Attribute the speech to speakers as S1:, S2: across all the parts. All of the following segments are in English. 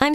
S1: I'm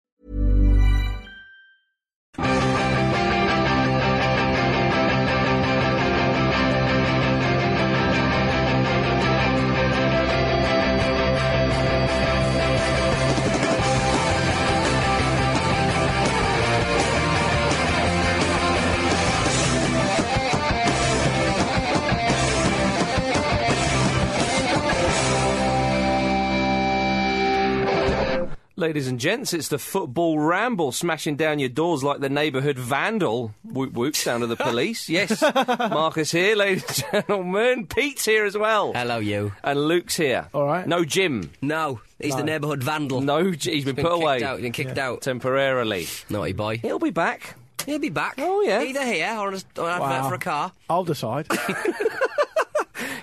S2: Ladies and gents, it's the football ramble, smashing down your doors like the neighbourhood vandal. Whoop whoop, sound of the police. Yes, Marcus here, ladies and gentlemen. Pete's here as well.
S3: Hello, you.
S2: And Luke's here.
S4: All right.
S2: No Jim.
S3: No, he's the neighbourhood vandal.
S2: No, J- he's been,
S3: been
S2: put
S3: kicked
S2: away
S3: out. He's been kicked out.
S2: temporarily.
S3: Naughty boy.
S2: He'll be back.
S3: He'll be back.
S2: Oh, yeah.
S3: Either here or on, a, or an advert for a car.
S4: I'll decide.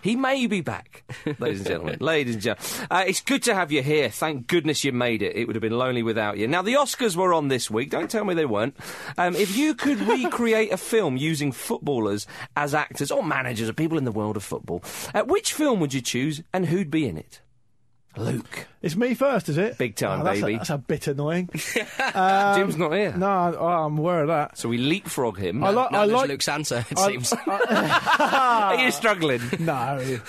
S2: He may be back, ladies and gentlemen. ladies and gentlemen, uh, it's good to have you here. Thank goodness you made it. It would have been lonely without you. Now the Oscars were on this week. Don't tell me they weren't. Um, if you could recreate a film using footballers as actors or managers or people in the world of football, uh, which film would you choose and who'd be in it? Luke,
S4: it's me first, is it?
S2: Big time,
S4: Oh, that's
S2: baby.
S4: A, that's a bit annoying.
S2: Jim's not here,
S4: Um, no, I, oh, I'm aware of that.
S2: so we leapfrog him.
S4: I like.
S3: No,
S4: I
S3: there's
S4: like.
S3: Luke's answer, it
S4: I-
S3: seems.
S2: Are you struggling?
S4: no,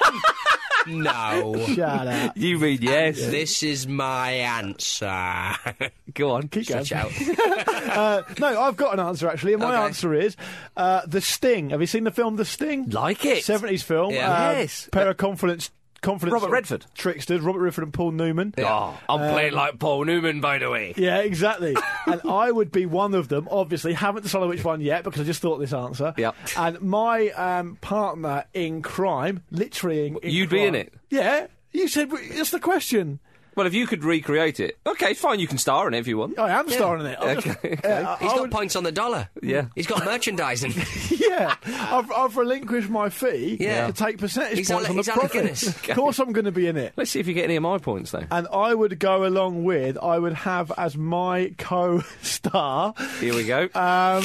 S3: no.
S4: shut up.
S2: you mean yes?
S3: This is my answer.
S2: Go on.
S4: Keep going.
S3: Stretch out.
S4: Uh, no, I've got an answer actually, and my
S3: Okay.
S4: answer is uh, the Sting. Have you seen the film The Sting?
S2: Like it.
S4: Seventies film.
S3: Yeah.
S4: uh,
S2: Yes.
S4: Pair of confidence. Confidence.
S2: Robert
S4: sort of
S2: Redford.
S4: Tricksters. Robert Redford and Paul Newman.
S2: Oh, I'm
S3: Um,
S2: playing like Paul Newman, by the way.
S4: Yeah, exactly. and I would be one of them. Obviously, haven't decided which one yet because I just thought this answer.
S2: Yep.
S4: And my um, partner in crime, literally, in, in
S2: You'd be in
S4: crime-
S2: it?
S4: Yeah. You said that's the question.
S2: Well, if you could recreate it, okay, fine, you can star in it if you want.
S4: I am starring in it. I'm just-
S2: Okay,
S4: Yeah, I-
S3: He's
S4: I
S3: got
S4: would-
S3: points on the dollar.
S2: Yeah.
S3: He's got merchandising.
S4: yeah, I've, I've relinquished my fee
S3: Yeah.
S4: to take percentage
S3: He's
S4: points
S3: Ale-
S4: on the
S3: he's Ale
S4: profit.
S3: Guinness.
S4: Of course, I'm going to be in it.
S2: Let's see if you get any of my points, though.
S4: And I would go along with, I would have as my co star,
S2: Here we go.
S4: um,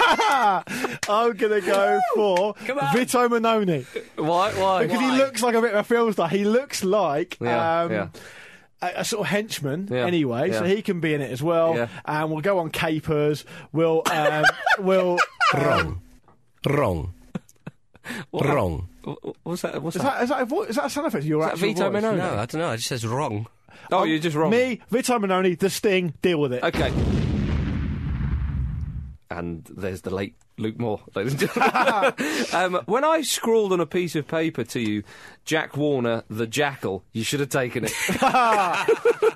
S4: I'm going to go for
S3: Come on.
S4: Vito Manoni.
S2: why? Oh, Why?
S4: Because he looks like a bit of a film star. He looks like
S2: Yeah,
S4: um,
S2: yeah.
S4: A, a sort of henchman,
S2: Yeah,
S4: anyway. So
S2: yeah.
S4: he can be in it as well.
S2: Yeah.
S4: And we'll go on capers. We'll um, we'll. Um,
S3: Wrong. Wrong.
S2: Wh- What's that? What's
S4: is
S2: that?
S4: that is that a, vo- is that a sound effect? Your
S2: that
S4: actual
S2: Vito
S4: voice?
S2: Minone?
S3: No, I don't know. It just says wrong.
S2: Oh, you're just wrong.
S4: Me, Vito Minoni, The Sting. Deal with it.
S2: Okay. And there's the late Luke Moore, ladies and gentlemen. um, when I scrawled on a piece of paper to you, Jack Warner, the Jackal, you should have taken it.
S4: I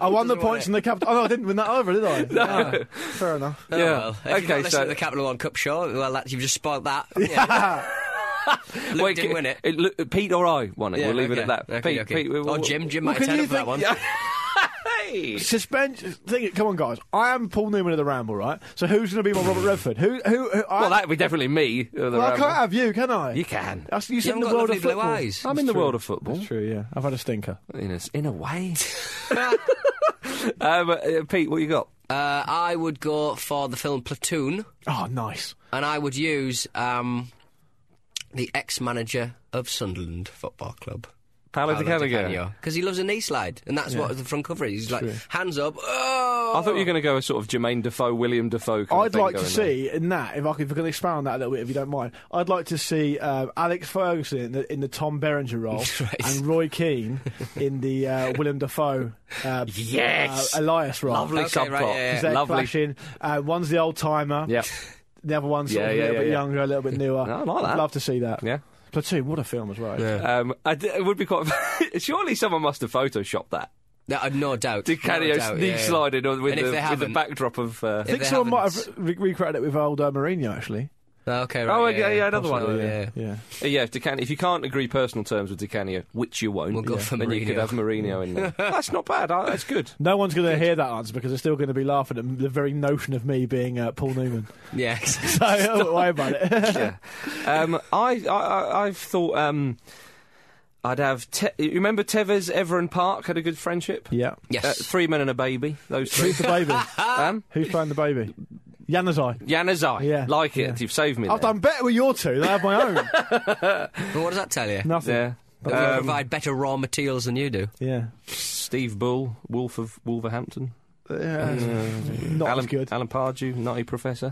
S4: won the points in the cup. Oh no, I didn't win that either, did I? No. Fair enough.
S3: Oh,
S2: Yeah.
S3: Well. If
S2: Okay,
S3: you don't listen
S2: so-
S3: to the Capital One Cup show, well, that, you've just spoiled that. Luke
S2: Wait,
S3: didn't win it.
S2: Lu- Pete or I won it.
S3: Yeah,
S2: we'll leave it
S3: okay.
S2: at that.
S3: Okay,
S2: Pete,
S3: okay.
S2: Pete, we-
S3: oh,
S2: we-
S3: Jim, Jim might
S4: can
S3: have
S4: you
S3: ten for that one.
S4: think-
S2: Hey!
S4: Suspension. Think, come on, guys. I am Paul Newman of the Ramble, right? So who's going to be my Robert Redford? Who? Who? who I,
S2: Well, that would be definitely me. uh, the
S4: well, I
S2: Ramble.
S4: can't have you, can I?
S2: You can.
S4: That's, you said in
S3: haven't
S4: the
S3: got
S4: world of
S3: lovely blue
S4: football.
S3: eyes.
S2: I'm in the world of football.
S4: That's true. Yeah, I've had a stinker.
S2: In a, in a way. um, uh, Pete, what you got?
S3: Uh, I would go for the film Platoon,
S4: Oh, nice.
S3: and I would use um, the ex-manager of Sunderland Football Club.
S2: Paolo Di Canio.
S3: Because he loves a knee slide, and that's what the front cover is. He's like, hands up. Oh!
S2: I thought you were going to go a sort of Jermaine Defoe, William Defoe kind of
S4: I'd
S2: thing
S4: like to
S2: going there.
S4: see in that if I could, if I could expand on that a little bit, if you don't mind. I'd like to see um, Alex Ferguson in the, in the Tom Berenger role
S3: Right.
S4: and Roy Keane in the uh, Willem Dafoe uh,
S2: Yes!
S4: uh, Elias role.
S2: Lovely
S3: Okay,
S2: subplot.
S3: right, yeah, yeah.
S4: They're
S2: Lovely.
S4: clashing. Uh, one's the old timer.
S2: Yeah.
S4: The other one's sort
S2: Yeah,
S4: of
S2: yeah,
S4: a little
S2: yeah,
S4: bit
S2: yeah.
S4: younger, a little bit newer.
S2: I like
S4: I'd
S2: that.
S4: love to see that.
S2: Yeah.
S4: Platoon, what a film as well.
S3: Yeah.
S2: Um, I d- it would be quite. surely someone must have photoshopped that.
S3: No, uh, no doubt.
S2: Di Canio
S3: no doubt,
S2: knee
S3: yeah, yeah.
S2: sliding on- with,
S3: And if
S2: the,
S3: they
S2: with the
S3: haven't-
S2: backdrop of. Uh,
S4: I think
S3: they
S4: someone might
S3: haven't-
S4: have re- recreated it with old uh, Mourinho, actually.
S3: Okay, right.
S2: Oh, okay, yeah, another one,
S3: possibly,
S2: yeah.
S3: Yeah.
S4: Yeah.
S2: Uh, Yeah, if, Decan- if you can't agree personal terms with Decanio, which you won't,
S3: We'll go for
S2: then you could
S3: Mourinho.
S2: have Mourinho in there. that's not bad. I, that's good.
S4: No one's going to hear that answer because they're still going to be laughing at the very notion of me being uh, Paul Newman.
S3: Yeah.
S4: So don't worry about it.
S2: Yeah. Um, I, I, I, I've thought um, I'd have. Te- you remember Tevez, Ever, and Park had a good friendship?
S4: yeah.
S3: yes. Ah,
S2: Uh, three men and a baby, those three.
S4: Who's the baby?
S2: um,
S4: Who's playing the baby? Yanazai.
S2: Yanazai.
S4: Yeah,
S2: Like it.
S4: yeah.
S2: You've saved me.
S4: I've
S2: there.
S4: done better with your two than I have my own.
S3: But what does that tell you?
S4: Nothing. Yeah.
S2: Yeah.
S3: They
S2: Um,
S3: provide better raw materials than you do.
S4: Yeah.
S2: Steve Bull, Wolf of Wolverhampton.
S4: Not
S2: Alan,
S4: as good.
S2: Alan Pardew, Nutty Professor.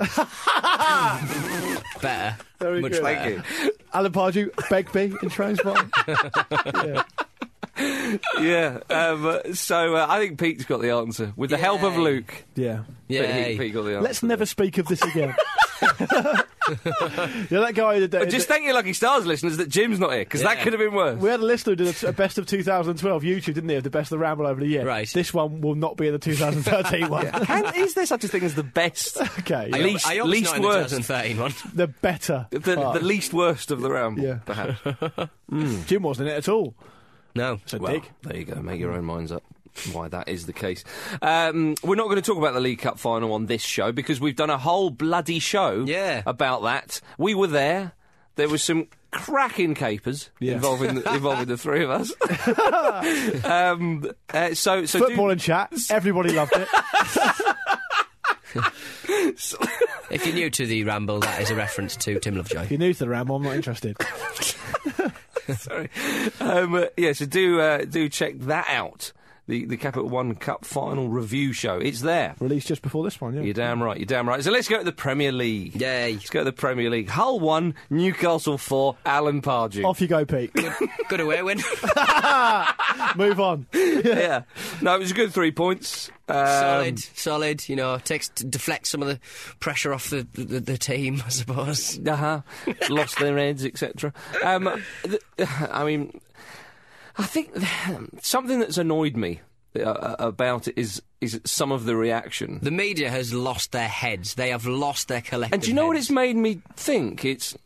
S3: Better.
S4: Very
S3: Much
S4: good.
S3: better.
S2: you.
S4: Alan Pardew, Begbie, and Transport.
S2: yeah. Um, so uh, I think Pete's got the answer with the help of
S3: Yay.
S2: Luke.
S4: Yeah.
S2: Pete,
S3: Yay.
S2: Pete got the answer.
S4: Let's never speak of this again. yeah, that guy. That, that,
S2: Just thank your lucky stars, listeners, that Jim's not here because that
S3: Yeah.
S2: could have been worse.
S4: we had a listener who did a, a best of 2012 YouTube, didn't he, of the best of the ramble over the year.
S3: Right.
S4: This one will not be in the 2013 one.
S2: Can, is there such a thing as the best?
S4: Okay. yeah.
S2: I- Least-
S3: I hope it's
S2: least
S3: not in
S2: worst.
S3: the 2013 one.
S4: The better.
S2: The, the
S4: part.
S2: least worst of the ramble,
S4: Yeah.
S2: perhaps.
S4: Jim wasn't in it at all.
S3: No.
S4: So
S2: Well,
S4: dig.
S2: there you go. Make your own minds up why that is the case. Um, we're not going to talk about the League Cup final on this show because we've done a whole bloody show
S3: Yeah.
S2: about that. We were there. There was some cracking capers
S4: Yeah.
S2: involving the, involving the three of us. um, uh, so, so do-
S4: Football and chat. Everybody loved it.
S3: If you're new to the ramble, that is a reference to Tim Lovejoy.
S4: If you're new to the ramble, I'm not interested.
S2: Sorry. Um, uh, yeah, so do uh, do check that out. The the Capital One Cup final review show. It's there.
S4: Released just before this one, yeah.
S2: You're damn right. You're damn right. So let's go to the Premier League.
S3: Yay.
S2: Let's go to the Premier League. Hull one, Newcastle four. Alan Pardew.
S4: Off you go, Pete.
S3: Good away win.
S4: Move on.
S2: yeah. No, it was a good three points. Um,
S3: solid, solid. You know, takes to deflect some of the pressure off the the, the team, I suppose.
S2: Uh huh. Lost their heads, etc. Um, th- I mean, I think something that's annoyed me uh, uh, about it is is some of the reaction.
S3: The media has lost their heads. They have lost their collective.
S2: And do you know what
S3: heads.
S2: it's made me think? It's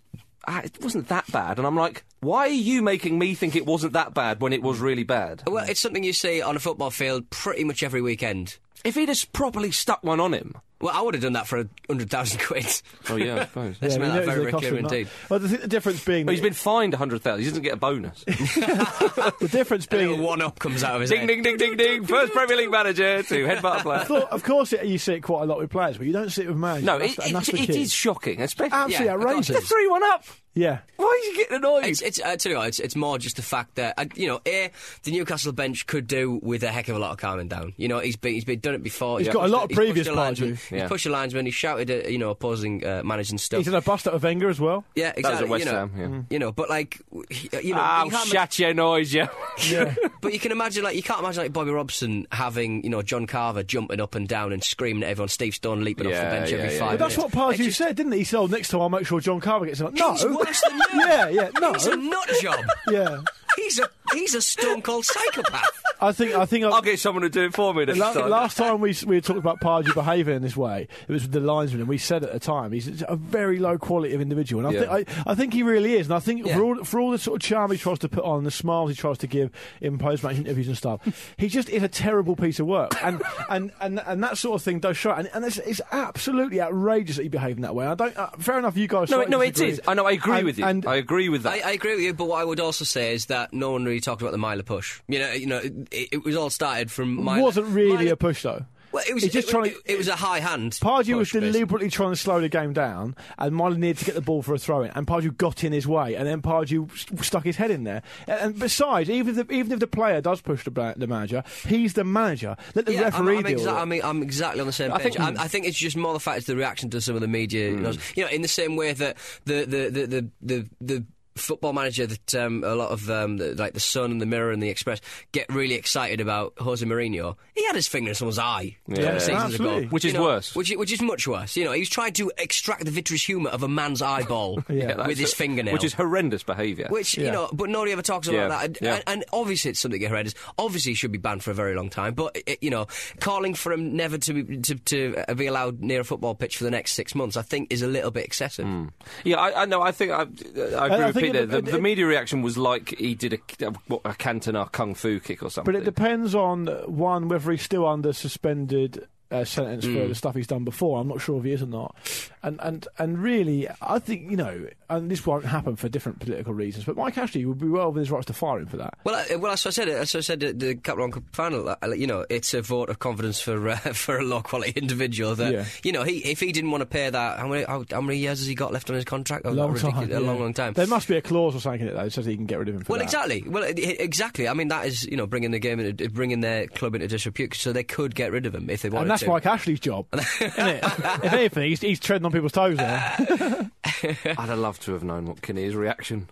S2: ah, it wasn't that bad, and I'm like, why are you making me think it wasn't that bad when it was really bad?
S3: Well, it's something you see on a football field pretty much every weekend.
S2: If he'd just properly stuck one on him.
S3: Well, I would have done that for a hundred thousand quid.
S2: Oh yeah, I suppose.
S3: Let's
S4: Yeah,
S3: make
S4: we
S3: that very,
S4: noticed the
S3: very
S4: cost
S3: clear
S4: of it, not-
S3: indeed.
S4: Well, the, th- the difference being,
S2: He's been fined a hundred thousand. He doesn't get a bonus.
S4: the difference
S3: A
S4: being,
S3: little one-up comes out of his
S2: ding
S3: head.
S2: ding ding ding ding. First Premier League manager to headbutt a player.
S4: Well, of course, it, you see it quite a lot with players, but you don't see it with managers.
S2: No,
S4: That's-
S2: it,
S4: and that's
S2: it,
S4: the
S2: it
S4: key.
S2: is shocking, especially
S4: absolutely
S3: Yeah, of course
S4: outrageous.
S3: it
S2: the three one up.
S4: Yeah,
S2: Why are you getting annoyed?
S3: It's, it's, uh, I tell you what, it's, it's more just the fact that, uh, you know, A, the Newcastle bench could do with a heck of a lot of calming down. You know, he's been, he's been done it before.
S4: He's got a
S3: pushed
S4: lot of
S3: he's pushed
S4: previous
S3: a
S4: parts,
S3: linesman,
S2: yeah.
S3: He's pushed a linesman, he shouted at, you know, opposing uh, managers and stuff.
S4: he's in a bust up of Wenger as well.
S3: yeah,
S2: That was
S3: exactly.
S2: at West
S3: you know,
S2: Ham. Yeah.
S3: You know, but like, w- he- uh, you know,
S2: Ah,
S3: he can't ma-
S2: shut your noise, you.
S4: Yeah,
S3: but you can imagine, like, you can't imagine like Bobby Robson having, you know, John Carver jumping up and down and screaming at everyone, Steve Stone leaping off the
S2: Yeah,
S3: bench
S2: yeah,
S3: every
S2: yeah.
S3: five
S4: but that's
S3: minutes.
S4: what Pardew said, didn't he? He said, "Oh, next time I'll make sure John Carver gets it." No,
S3: He's worse than you.
S4: yeah, yeah, no,
S3: He's a nut job.
S4: yeah.
S3: He's a he's a stone cold psychopath.
S4: I think, I think, I-
S2: I'll get someone to do it for me next
S4: La-
S2: time.
S4: last time we s- we talked about Pardew behaviour in this way, it was with the linesman, and we said at the time he's a very low quality of individual, and I,
S2: Yeah.
S4: think I, I think he really is, and I think
S3: Yeah.
S4: for, all, for all the sort of charm he tries to put on, the smiles he tries to give in post-match interviews and stuff, he just is a terrible piece of work, and and, and, and that sort of thing does show, and, and it's, it's absolutely outrageous that he behaved in that way. I don't. Uh, fair enough, you guys.
S2: no,
S4: slightly
S2: no, it
S4: disagree.
S2: is. I know. I agree
S4: And-
S2: with you.
S4: and-
S2: I agree with that.
S3: I, I agree with you, but what I would also say is that no one really talked about the Myler push. You know, you know, it, it was all started from Myler.
S4: It wasn't really
S3: Myler-
S4: a push though.
S3: Well, it was
S4: He's just
S3: it,
S4: trying
S3: it,
S4: to-
S3: it was a high hand.
S4: Pardew was
S3: push, basically.
S4: deliberately trying to slow the game down, and Miley needed to get the ball for a throw in, and Pardew got in his way, and then Pardew st- stuck his head in there. And, and besides, even if the, even if the player does push the, bla- the manager, he's the manager. Let the
S3: Yeah, I'm-
S4: referee
S3: I'm,
S4: deal.
S3: exa-
S4: with it.
S3: I'm, I'm exactly on the same
S2: I
S3: page. I
S2: think-
S3: think, I, think it's just
S4: Hmm.
S3: more the fact it's the reaction to some of the media. You know, in the same way that the the the the, the, the football manager that um, a lot of um, the, like the Sun and the Mirror and the Express get really excited about Jose Mourinho. He had his finger in someone's eye a couple
S2: Yeah.
S3: of seasons
S4: Absolutely.
S3: ago,
S2: Which
S3: You
S2: is
S3: know,
S2: worse.
S3: Which, i- which is much worse. You know, he was trying to extract the vitreous humour of a man's eyeball
S4: Yeah,
S3: with his
S2: that's-
S3: fingernail,
S2: Which is horrendous behaviour.
S3: Which you
S4: Yeah.
S3: know, but nobody ever talks about
S2: Yeah,
S3: that. And,
S2: yeah.
S3: and, and obviously, it's something horrendous. Obviously, it should be banned for a very long time. But it, you know, calling for him never to be, to, to uh, be allowed near a football pitch for the next six months, I think, is a little bit excessive.
S4: Hmm.
S2: Yeah, I, I know. I think I, I agree
S4: I
S2: with
S4: think
S2: Peter.
S4: it-
S2: the,
S4: it-
S2: the media reaction was like he did a, a, what, a Cantona kung fu kick or something.
S4: But it depends on one whether he's still under suspended uh, sentence
S3: Hmm.
S4: for the stuff he's done before. I'm not sure if he is or not. And and and really, I think you know, and this won't happen for different political reasons. But Mike Ashley would be well within his rights to fire him for that.
S3: Well, I, well, as I said, as I said, at the Cup Run Cup final, uh, you know, it's a vote of confidence for uh, for a low quality individual. That
S4: Yeah.
S3: you know, he if he didn't want to pay that, how many how, how many years has he got left on his contract? A
S4: long
S3: ridiculous-
S4: time,
S3: a
S4: yeah.
S3: long, long time.
S4: There must be a clause or something in it though, that says he can get rid of him. For
S3: Well,
S4: that.
S3: exactly. Well, e- e- exactly. I mean, that is you know bringing the game, into, bringing their club into disrepute, so they could get rid of him if they wanted
S4: And that's
S3: to.
S4: Mike Ashley's job, isn't it? if anything, he's, he's treading on people's toes there.
S2: I'd have loved to have known what Kinnear's reaction.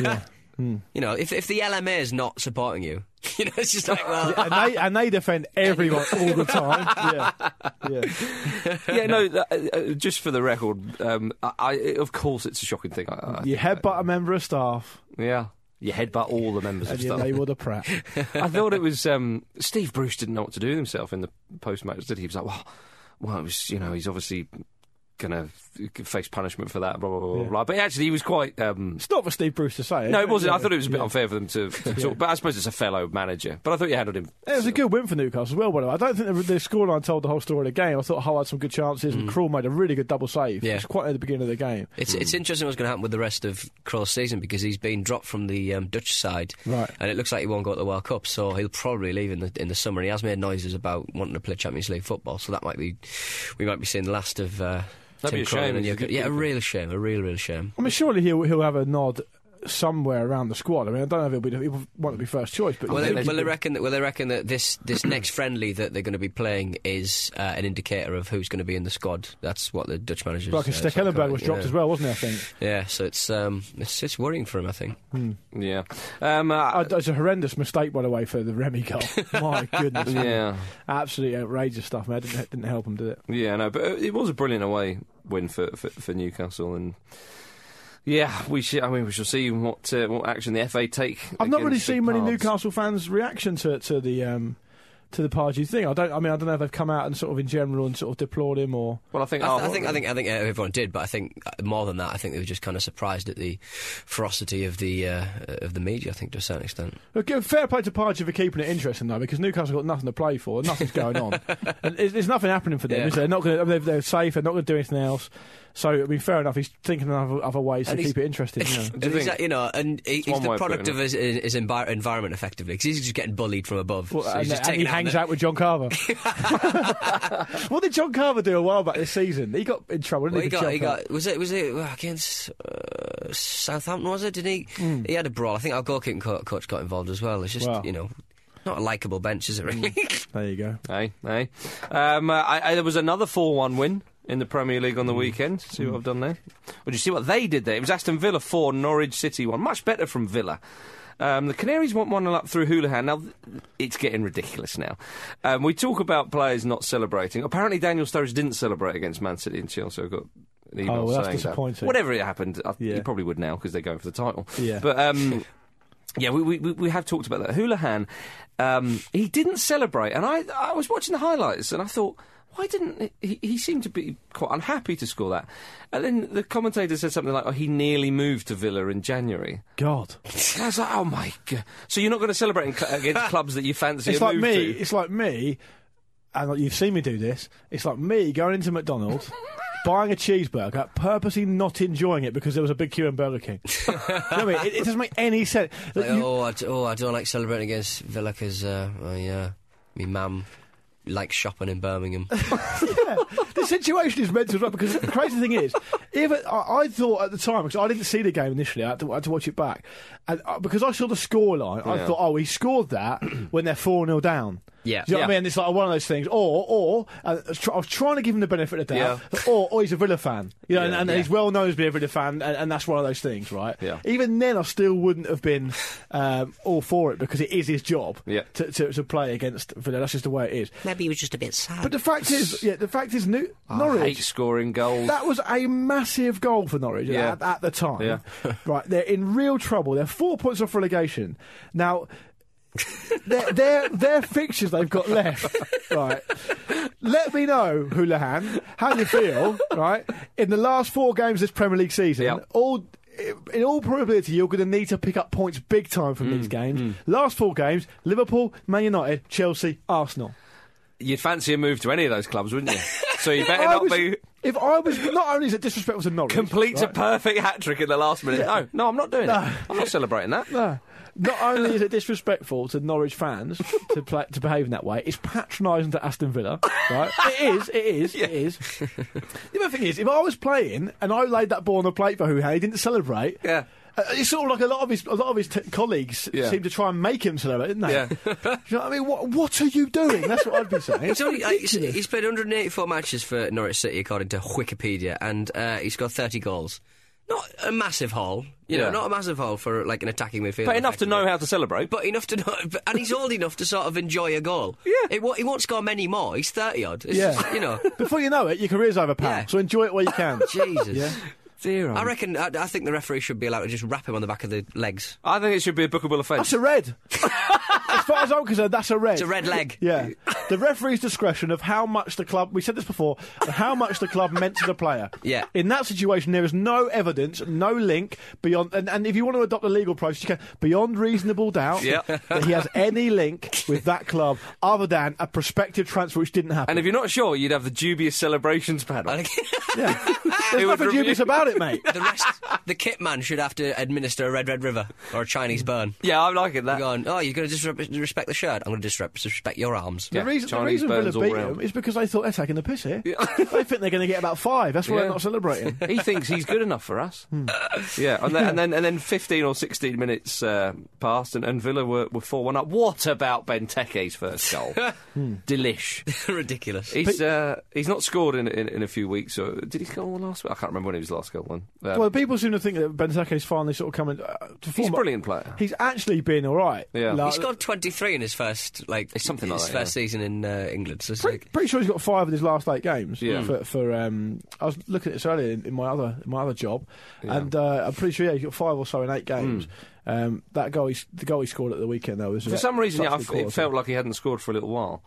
S3: you know, if if the LMA is not supporting you, you know, it's just like well,
S4: and, they, and they defend everyone all the time. Yeah, yeah.
S2: yeah, no. that- uh, uh, just for the record, um, I, I, of course, it's a shocking thing. I, I,
S4: You headbutt a member of staff,
S2: yeah, you headbutt all the members
S4: and
S2: of
S4: you
S2: staff.
S4: label the prat.
S2: I thought it was um, Steve Bruce didn't know what to do with himself in the post match. Did he? he was like, well, well, it was you know he's obviously going to face punishment for that. Blah blah blah.
S4: Yeah.
S2: blah. But actually, he was quite. Um,
S4: It's not for Steve Bruce to say.
S2: no,
S4: is
S2: it wasn't.
S4: Yeah.
S2: I thought it was a bit
S4: Yeah.
S2: unfair for them to, to talk. But I suppose it's a fellow manager. But I thought you handled him.
S4: It was a good win for Newcastle as well, by the way. I don't think the, the scoreline told the whole story of the game. I thought Hull had some good chances, and Krull made a really good double save.
S3: Yeah.
S4: It was quite at the beginning of the game.
S3: It's, it's interesting what's going to happen with the rest of Kroos' season because he's been dropped from the um, Dutch side,
S4: Right.
S3: And it looks like he won't go to the World Cup, so he'll probably leave in the in the summer. And he has made noises about wanting to play Champions League football, so that might be we might be seeing the last of. Uh,
S2: That'd
S3: Tim
S2: be a shame.
S3: Krul and
S2: He's a
S3: Jurgen-
S2: good
S3: yeah, a
S2: keeper.
S3: real shame, a real, real shame.
S4: I mean, surely he'll, he'll have a nod somewhere around the squad. I mean, I don't know if he'll, be, he'll want to be first choice, but
S3: Well,
S4: I
S3: they,
S4: think
S3: well, they
S4: he's-
S3: reckon that. Well, they reckon that this this next friendly that they're going to be playing is uh, an indicator of who's going to be in the squad. That's what the Dutch uh, manager.
S4: like a Stekelenburg was dropped
S3: yeah.
S4: as well, wasn't he? I think
S3: Yeah, so it's um, it's it's worrying for him. I think.
S2: Yeah. Um, uh,
S4: Uh, it's a horrendous mistake, by the way, for the Remy goal. My goodness, man.
S2: yeah.
S4: absolutely outrageous stuff, man. Didn't didn't help him, did it?
S2: Yeah, no, but uh, it was a brilliant away win for for, for Newcastle, and yeah, we should. I mean, we shall see what uh, what action the FA take.
S4: I've not
S2: against
S4: really
S2: the
S4: seen many
S2: Cards.
S4: Newcastle fans' reaction to to the um, to the Pardew thing. I don't. I mean, I don't know if they've come out and sort of in general and sort of deplored him or.
S2: Well, I think
S3: I, th-
S2: our-
S3: I think I think I think uh, everyone did, but I think uh, more than that, I think they were just kind of surprised at the ferocity of the uh, of the media. I think to a certain extent.
S4: Look, give- fair play to Pardew for keeping it interesting though, because Newcastle got nothing to play for. Nothing's going on. and there's, there's nothing happening for them.
S3: Yeah.
S4: Is there? They're not going. I mean, they're, they're safe. They're not going to do anything else. So I mean, fair enough. He's thinking of other, other ways
S3: And
S4: to
S3: he's-
S4: keep it interesting. You know.
S3: And he's,
S2: think?
S3: uh, you know, and he, he's
S2: one way
S3: the
S2: of putting
S3: product
S2: it.
S3: of his, his envi- environment effectively because he's just getting bullied from above.
S4: Well,
S3: so he's
S4: and,
S3: just
S4: and
S3: taking
S4: he
S3: it on
S4: hangs
S3: the-
S4: out with John Carver. what did John Carver do a while back this season? He got in trouble. Didn't
S3: Well, he
S4: he, for
S3: got, he
S4: John Carver?
S3: got, was it, was it uh, against uh, Southampton? Was it? Did he? He had a brawl. I think our goalkeeping co- coach got involved as Hmm. well. It's just
S4: Wow.
S3: you know, not a likable bench, is it? Really?
S4: There you go.
S2: Hey, hey. Um, uh, I, I, there was another four-one win in the Premier League
S4: Hmm.
S2: on the weekend. See what I've done there? Well, you see what they did there? It was Aston Villa four, Norwich City one. Much better from Villa. Um, the Canaries want one up through Houlihan. Now, th- it's getting ridiculous now. Um, we talk about players not celebrating. Apparently, Daniel Sturridge didn't celebrate against Man City and Chelsea. I got an email
S4: Oh, well, that's
S2: saying that.
S4: disappointing.
S2: Whatever it happened, I,
S4: Yeah.
S2: he probably would now because they're going for the title.
S4: Yeah.
S2: But um, yeah, we, we, we- we have talked about that. Houlihan, um, he didn't celebrate, and I, I was watching the highlights and I thought, why didn't he, he? seemed to be quite unhappy to score that. And then the commentator said something like, oh, he nearly moved to Villa in January.
S4: God.
S2: And I was like, oh my God. So you're not going to celebrate in cl- against clubs that you fancy
S4: it's
S2: a
S4: like
S2: move
S4: me.
S2: to?
S4: It's like me, and like, you've seen me do this. It's like me going into McDonald's, buying a cheeseburger, purposely not enjoying it because there was a big queue in Burger King. you know what I mean? It, it doesn't make any sense.
S3: Like,
S4: You-
S3: oh, I, d- oh, I don't like celebrating against Villa because uh, oh, yeah, me mum likes shopping in Birmingham.
S4: the situation is mental as well because the crazy thing is, if it, I, I thought at the time because I didn't see the game initially, I had to, I had to watch it back, and uh, because I saw the scoreline, I
S2: Yeah.
S4: thought, oh, he scored that when they're four 0 down.
S3: Yeah.
S4: Do you know what
S2: Yeah.
S4: I mean? It's like one of those things. Or, or uh, I was try- I was trying to give him the benefit of the doubt. Or, or he's a Villa fan. You know, and, and
S2: Yeah.
S4: he's well known as being a Villa fan, and, and that's one of those things, right?
S2: Yeah.
S4: Even then, I still wouldn't have been um, all for it because it is his job
S2: Yeah.
S4: to, to, to play against Villa. That's just the way it is.
S3: Maybe he was just a bit sad.
S4: But the fact is, yeah, the fact is, New-
S2: I hate
S4: Norwich.
S2: scoring goals.
S4: That was a massive goal for Norwich
S2: Yeah.
S4: at, at the time.
S2: Yeah.
S4: right, they're in real trouble. They're four points off relegation. Now, their, their, their fixtures they've got left, right? Let me know, Houlihan, how you feel, right? In the last four games this Premier League season,
S2: Yep.
S4: all. In all probability, you're going to need to pick up points big time from
S2: Mm,
S4: these games. Last four games: Liverpool, Man United, Chelsea, Arsenal.
S2: You'd fancy a move to any of those clubs, wouldn't you? so you better
S4: I
S2: not
S4: was-
S2: be
S4: If I was, not only is it disrespectful to Norwich,
S2: complete a
S4: right?
S2: perfect hat trick at the last minute. No, no, I'm not doing
S4: No.
S2: it. I'm not celebrating that.
S4: No. Not only is it disrespectful to Norwich fans to play, to behave in that way, it's patronising to Aston Villa. Right? it is. It is. It is. the other thing is, if I was playing and I laid that ball on the plate for Huhay, he didn't celebrate.
S2: Yeah.
S4: uh, It's sort of like a lot of his a lot of his t- colleagues
S2: Yeah.
S4: seem to try and make him celebrate, didn't they?
S2: Yeah.
S4: Do you know what I mean? What What are you doing? That's what I'd be saying.
S3: He's, only, uh, he's, he's played 184 matches for Norwich City, according to Wikipedia, and uh, he's got 30 goals. Not a massive haul, you
S2: Yeah.
S3: know, not a massive haul for like an attacking midfielder.
S2: But enough to know
S3: effectively.
S2: how to celebrate. But
S3: But enough to know, but- and he's old enough to sort of enjoy a goal.
S2: Yeah.
S3: It wa- he won't score many more. He's 30 odd. It's
S4: Yeah.
S3: just, you know.
S4: Before you know it, your career's over, pal.
S3: Yeah.
S4: So enjoy it while you can.
S3: Jesus.
S2: dear,
S3: I reckon, I, I think the referee should be allowed to just wrap him on the back of the legs.
S2: I think it should be a bookable offence.
S4: That's a red. as far as I'm concerned, that's a red.
S3: It's a red leg.
S4: Yeah. The referee's discretion of how much the club, we said this before, of how much the club meant to the player.
S3: Yeah.
S4: In that situation, there is no evidence, no link beyond, and, and if you want to adopt the legal process, you can, beyond reasonable doubt
S2: Yeah.
S4: that he has any link with that club other than a prospective transfer which didn't happen.
S2: and if you're not sure, you'd have the dubious celebrations panel.
S3: I think
S4: yeah.
S2: It
S4: There's
S2: would
S4: nothing
S2: review-
S4: dubious about it, mate.
S3: the rest, the kit man should have to administer a red, red river or a Chinese burn.
S2: Yeah, I'm liking that.
S3: Going, oh, you're going to disrespect the shirt. I'm going to disrespect your arms.
S4: The
S2: Yeah,
S4: reason, the
S2: Chinese
S4: reason Villa
S2: burns all
S4: beat
S2: round.
S4: them is because they thought they're taking the piss here. they think they're going to get about five. That's why
S2: Yeah.
S4: they're not celebrating.
S2: he thinks he's good enough for us. Hmm. yeah, and then, and then and then 15 or 16 minutes uh, passed, and, and Villa were, were 4 1 up. What about Benteke's first goal? Hmm. Delish.
S3: Ridiculous.
S2: He's uh, he's not scored in, in in a few weeks. So did he score one last week? I can't remember when he was last scored one. Um,
S4: Well, people seem to think that Benteke's finally sort of coming uh, to form.
S2: he's a brilliant player.
S4: He's actually been all right.
S2: Yeah.
S4: Like-
S3: He scored 23 in his first, like,
S2: It's something like
S3: his
S2: that,
S3: first season in uh, England. So it's
S4: Pretty,
S3: like,
S4: pretty sure he's got five in his last eight games.
S2: Yeah.
S4: For, for um, I was looking at this earlier in, in my other in my other job, and uh, I'm pretty sure yeah, he's got five or so in eight games. Um, that goal, he, the goal he scored at the weekend though was
S2: Hmm. For some reason, yeah, I
S4: yeah,
S2: f- it felt like he hadn't scored for a little while.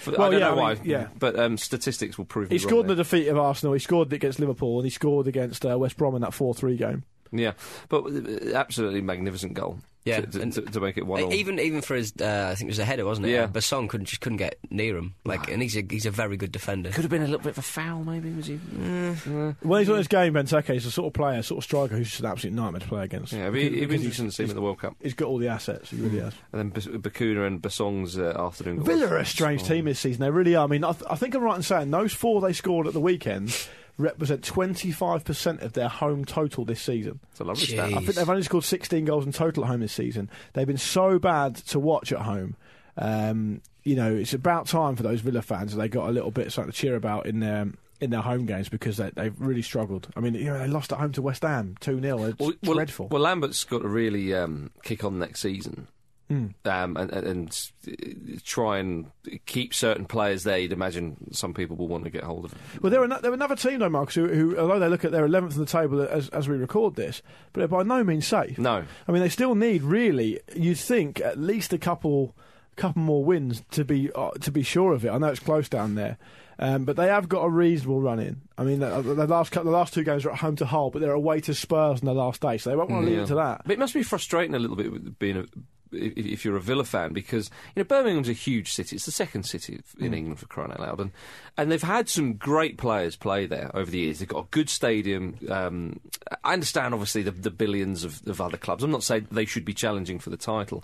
S2: For- I
S4: Well,
S2: don't
S4: yeah,
S2: know
S4: I
S2: why.
S4: mean, yeah.
S2: But um, statistics will prove.
S4: he
S2: me
S4: scored in
S2: wrong
S4: the defeat of Arsenal. He scored against Liverpool, and he scored against uh, West Brom in that four-three game.
S2: there. Yeah, but uh, absolutely magnificent goal.
S3: Yeah,
S2: to, to,
S3: and-
S2: to, to make it one.
S4: e-
S2: all.
S3: even even for his, uh, I think it was a header, wasn't it?
S2: Yeah.
S3: But Song couldn't just couldn't get near him. Like, and he's a he's a very good defender.
S2: could have been a little bit of a foul, maybe. Was he?
S4: Mm. When he's on his game, Benteke is the sort of player, sort of striker who's just an absolute nightmare to play against.
S2: Yeah, it'd be, it'd be
S4: Because
S2: interesting to see him Hmm. at the World Cup.
S4: He's got all the assets. He really has.
S2: And then Bas- Bakuna and Basong's uh, afternoon. goals. Oh,
S4: Villa are a strange team this season. They really are. I mean, I, th- I think I'm right in saying those four they scored at the weekend represent 25% of their home total this season.
S2: It's a lovely
S3: Gee.
S2: stat.
S4: I think
S3: Jeez.
S4: they've only scored 16 goals in total at home this season. They've been so bad to watch at home. Um, you know, it's about time for those Villa fans that they got a little bit something to cheer about in their in their home games because they, they've really struggled. I mean, you know, they lost at home to West Ham 2 0. It's dreadful.
S2: Well, Lambert's got to really um, kick on next season.
S4: Hmm.
S2: Um, and, and, and uh, try and keep certain players there. You'd imagine some people will want to get hold of.
S4: Well, they're, an- they're another team, though, Marcus, who, who, although they look at their 11th on the table as, as we record this, but they're by no means safe.
S2: No.
S4: I mean, they still need, really, you'd think, at least a couple couple more wins to be uh, to be sure of it. I know it's close down there. Um, but they have got a reasonable run in. I mean, the, the last cou- the last two games are at home to Hull, but they're away to Spurs on the last day, so they won't want to leave
S2: Yeah.
S4: it to that.
S2: But it must be frustrating a little bit with being a, if, if you're a Villa fan because you know Birmingham's a huge city. It's the second city
S4: Hmm.
S2: in England for crying out loud, and and they've had some great players play there over the years. They've got a good stadium. Um, I understand obviously the, the billions of, of other clubs. I'm not saying they should be challenging for the title,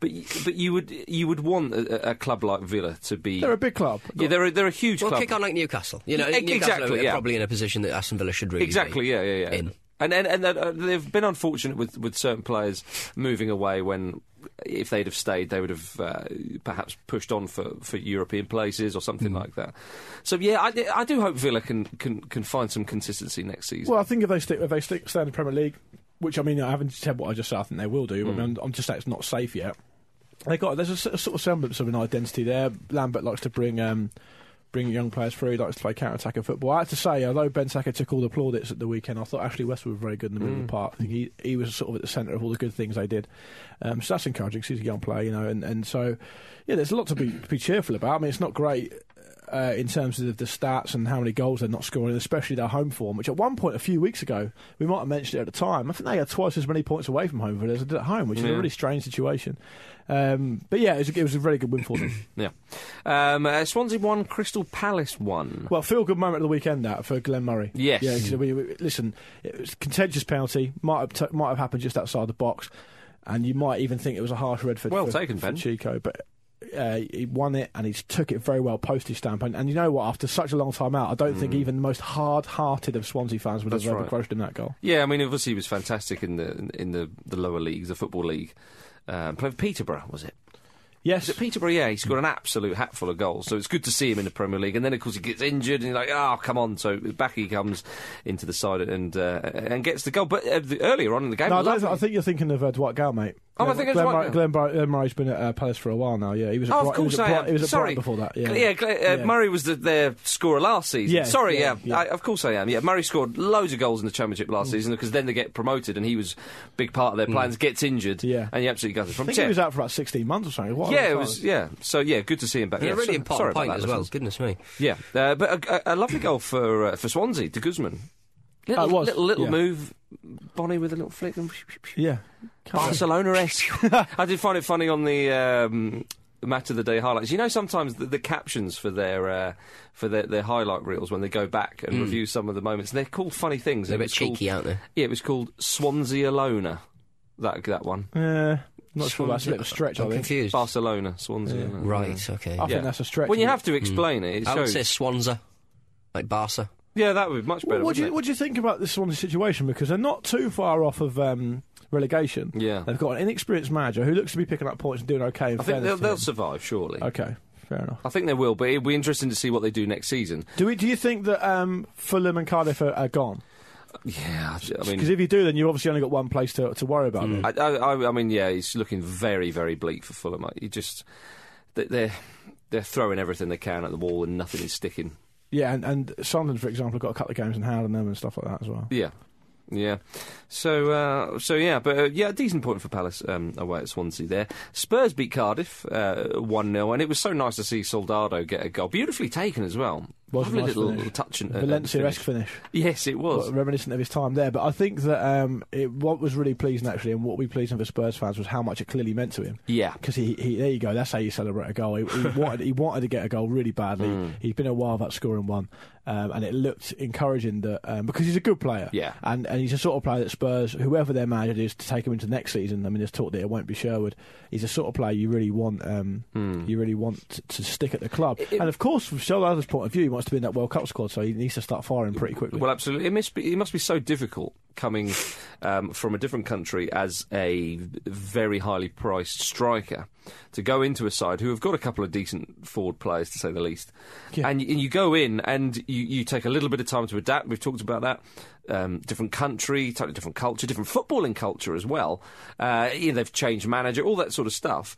S2: but y- but you would you would want a, a- a club like Villa to be.
S4: They're a big club.
S2: yeah, they're a, they're a huge
S3: Well,
S2: club.
S3: kick on like Newcastle. You know,
S2: Yeah,
S3: Newcastle
S2: exactly,
S3: are
S2: yeah.
S3: probably in a position that Aston Villa should really
S2: Exactly.
S3: Be.
S2: Yeah, yeah, yeah.
S3: in.
S2: uh, And and and uh, they've been unfortunate with, with certain players moving away when if they'd have stayed, they would have uh, perhaps pushed on for, for European places or something like that. So yeah, I, I do hope Villa can, can can find some consistency next season.
S4: Well, I think if they stick, if they stick, stay in the Premier League, which I mean, I haven't said what I just said. I think they will do. I mean, I'm, I'm just saying it's not safe yet. They got there's a, s- a sort of semblance of an identity there. Lambert likes to bring. Um, Bring young players through. He likes to play counter-attacking football. I have to say, although Ben Saka took all the plaudits at the weekend, I thought Ashley Westwood was very good in the middle of the park. I think he he was sort of at the centre of all the good things they did. Um, so that's encouraging. 'cause he's a young player, you know, and, and so yeah, there's a lot to be to be cheerful about. I mean, it's not great uh, in terms of the stats and how many goals they're not scoring, and especially their home form, which at one point a few weeks ago, we might have mentioned it at the time, I think they had twice as many points away from home Villa as they did at home, which is a really strange situation. Um, but yeah, it was, a, it was a very good win for them.
S2: yeah, um, uh, Swansea one, Crystal Palace one.
S4: well, feel good moment of the weekend that for Glenn Murray.
S2: Yes.
S4: Yeah, 'cause we, we, listen, it was contentious penalty, might have, t- might have happened just outside the box, and you might even think it was a harsh red for,
S2: Well
S4: for-
S2: taken,
S4: for
S2: Ben.
S4: Chico, but uh, he won it and he took it very well postage stamp. And, and you know what? After such a long time out, I don't think even the most hard-hearted of Swansea fans would have ever
S2: Mm. right.
S4: grudged him that goal.
S2: Yeah, I mean obviously he was fantastic in the in the, the lower leagues, the football league. Um, played for Peterborough, was it?
S4: Yes,
S2: Is it Peterborough? Yeah, he scored an absolute hatful of goals. So it's good to see him in the Premier League. And then, of course, he gets injured, and you're like, oh, come on. So back he comes into the side and uh, and gets the goal. But uh, the, earlier on in the game,
S4: no, I, don't
S2: lovely.
S4: think, I think you're thinking of uh, Dwight Gale, mate.
S2: Oh, I
S4: Glenn-
S2: think it's
S4: Glenn,
S2: Dwight
S4: Murray-
S2: Gale.
S4: Glenn, Bar- Glenn Murray's been at uh, Palace for a while now. Yeah, he was. At
S2: Oh,
S4: Bright-
S2: of course
S4: he was at
S2: I
S4: Bright-
S2: am.
S4: He was at
S2: Sorry,
S4: Brighton before that. Yeah,
S2: Gl- Gl- uh,
S4: Yeah.
S2: Murray was the, their scorer last season.
S4: Yeah,
S2: Sorry, yeah,
S4: yeah, yeah.
S2: I,
S4: Mm.
S2: of course I am. Yeah, Murray scored loads of goals in the Championship last season because then they get promoted, and he was a big part of their plans. Gets injured,
S4: Yeah.
S2: and he absolutely got it
S4: I
S2: from
S4: think
S2: Czech.
S4: he was out for about 16 months or something. What a
S2: yeah,
S4: long
S2: it
S4: time.
S2: was. Yeah, so yeah, good to see him back.
S3: Yeah,
S2: yeah,
S3: a
S2: so-
S3: really
S2: sorry
S3: important
S2: about
S3: point
S2: that,
S3: as well.
S2: listeners.
S3: Goodness me.
S2: Yeah, uh, but a, a, a lovely goal for uh, for Swansea to Guzman. Little,
S4: Oh, it was,
S2: little, little
S4: yeah.
S2: move, Bonnie with a little flick and
S4: Yeah.
S2: Barcelona esque. I did find it funny on the um, match of the day highlights. You know, sometimes the, the captions for their uh, for their, their highlight reels when they go back and review some of the moments, they're called funny things.
S3: Hmm. They're
S2: It
S3: a bit
S2: was called-
S3: cheeky, aren't they?
S2: yeah, it was called Swansea Alona. That that one,
S4: Uh, not sure that's a bit of a stretch, I
S3: I'm
S4: think.
S3: confused.
S2: Barcelona, Swansea. Alona.
S3: Right, okay.
S2: Oh,
S4: I think that's a stretch.
S2: When you
S4: isn't it?
S2: have to explain it, it
S3: I would
S2: shows.
S3: say Swanza, like Barca.
S2: yeah, that would be much better.
S4: Well, what, do you,
S2: wouldn't
S4: what do you think about this Swansea situation? Because they're not too far off of um, relegation.
S2: Yeah.
S4: They've got an inexperienced manager who looks to be picking up points and doing okay. In
S2: it? I think
S4: fairness
S2: they'll,
S4: to
S2: they'll
S4: him.
S2: survive surely.
S4: Okay, fair enough.
S2: I think they will, but it'll be interesting to see what they do next season.
S4: Do, we, do you think that um, Fulham and Cardiff are, are gone?
S2: Yeah, I mean, Hmm.
S4: Because if you do, then you've obviously only got one place to, to worry about.
S3: Mm.
S4: then.
S2: I, I, I- I mean, yeah, it's looking very, very bleak for Fulham. Like, You just they- they're they're throwing everything they can at the wall and nothing is sticking.
S4: Yeah, and, and Sunderland, for example, have got a couple of games in hand on them and stuff like that as well.
S2: Yeah, yeah. So, uh, so yeah, but uh, yeah, decent point for Palace um, away at Swansea. There, Spurs beat Cardiff uh, one 0 and it was so nice to see Soldado get a goal, beautifully taken as well.
S4: Was a
S2: Lovely
S4: nice
S2: little,
S4: finish.
S2: little touch and and- and
S4: Valencia-esque
S2: finish.
S4: finish.
S2: Yes, it was.
S4: Well, reminiscent of his time there. But I think that um, it, what was really pleasing actually, and what we pleasing for Spurs fans was how much it clearly meant to him.
S2: Yeah.
S4: because he, he there you go. That's how you celebrate a goal. He, he wanted he wanted to get a goal really badly. He's been a while without scoring one, um, and it looked encouraging that um, because he's a good player.
S2: Yeah.
S4: and and he's the sort of player that Spurs, whoever their manager is, to take him into next season. I mean, there's talk that it won't be Sherwood. He's the sort of player you really want. Um, You really want t- to stick at the club. and of course, from Sheldon's point of view, he wants to be in that World Cup squad, so he needs to start firing pretty quickly.
S2: Well, absolutely. It must be, it must be so difficult coming um, from a different country as a very highly priced striker to go into a side who have got a couple of decent forward players, to say the least.
S4: Yeah.
S2: And, y- and you go in and you, you take a little bit of time to adapt. We've talked about that. Um, different country, totally different culture, different footballing culture as well. Uh, you know, they've changed manager, all that sort of stuff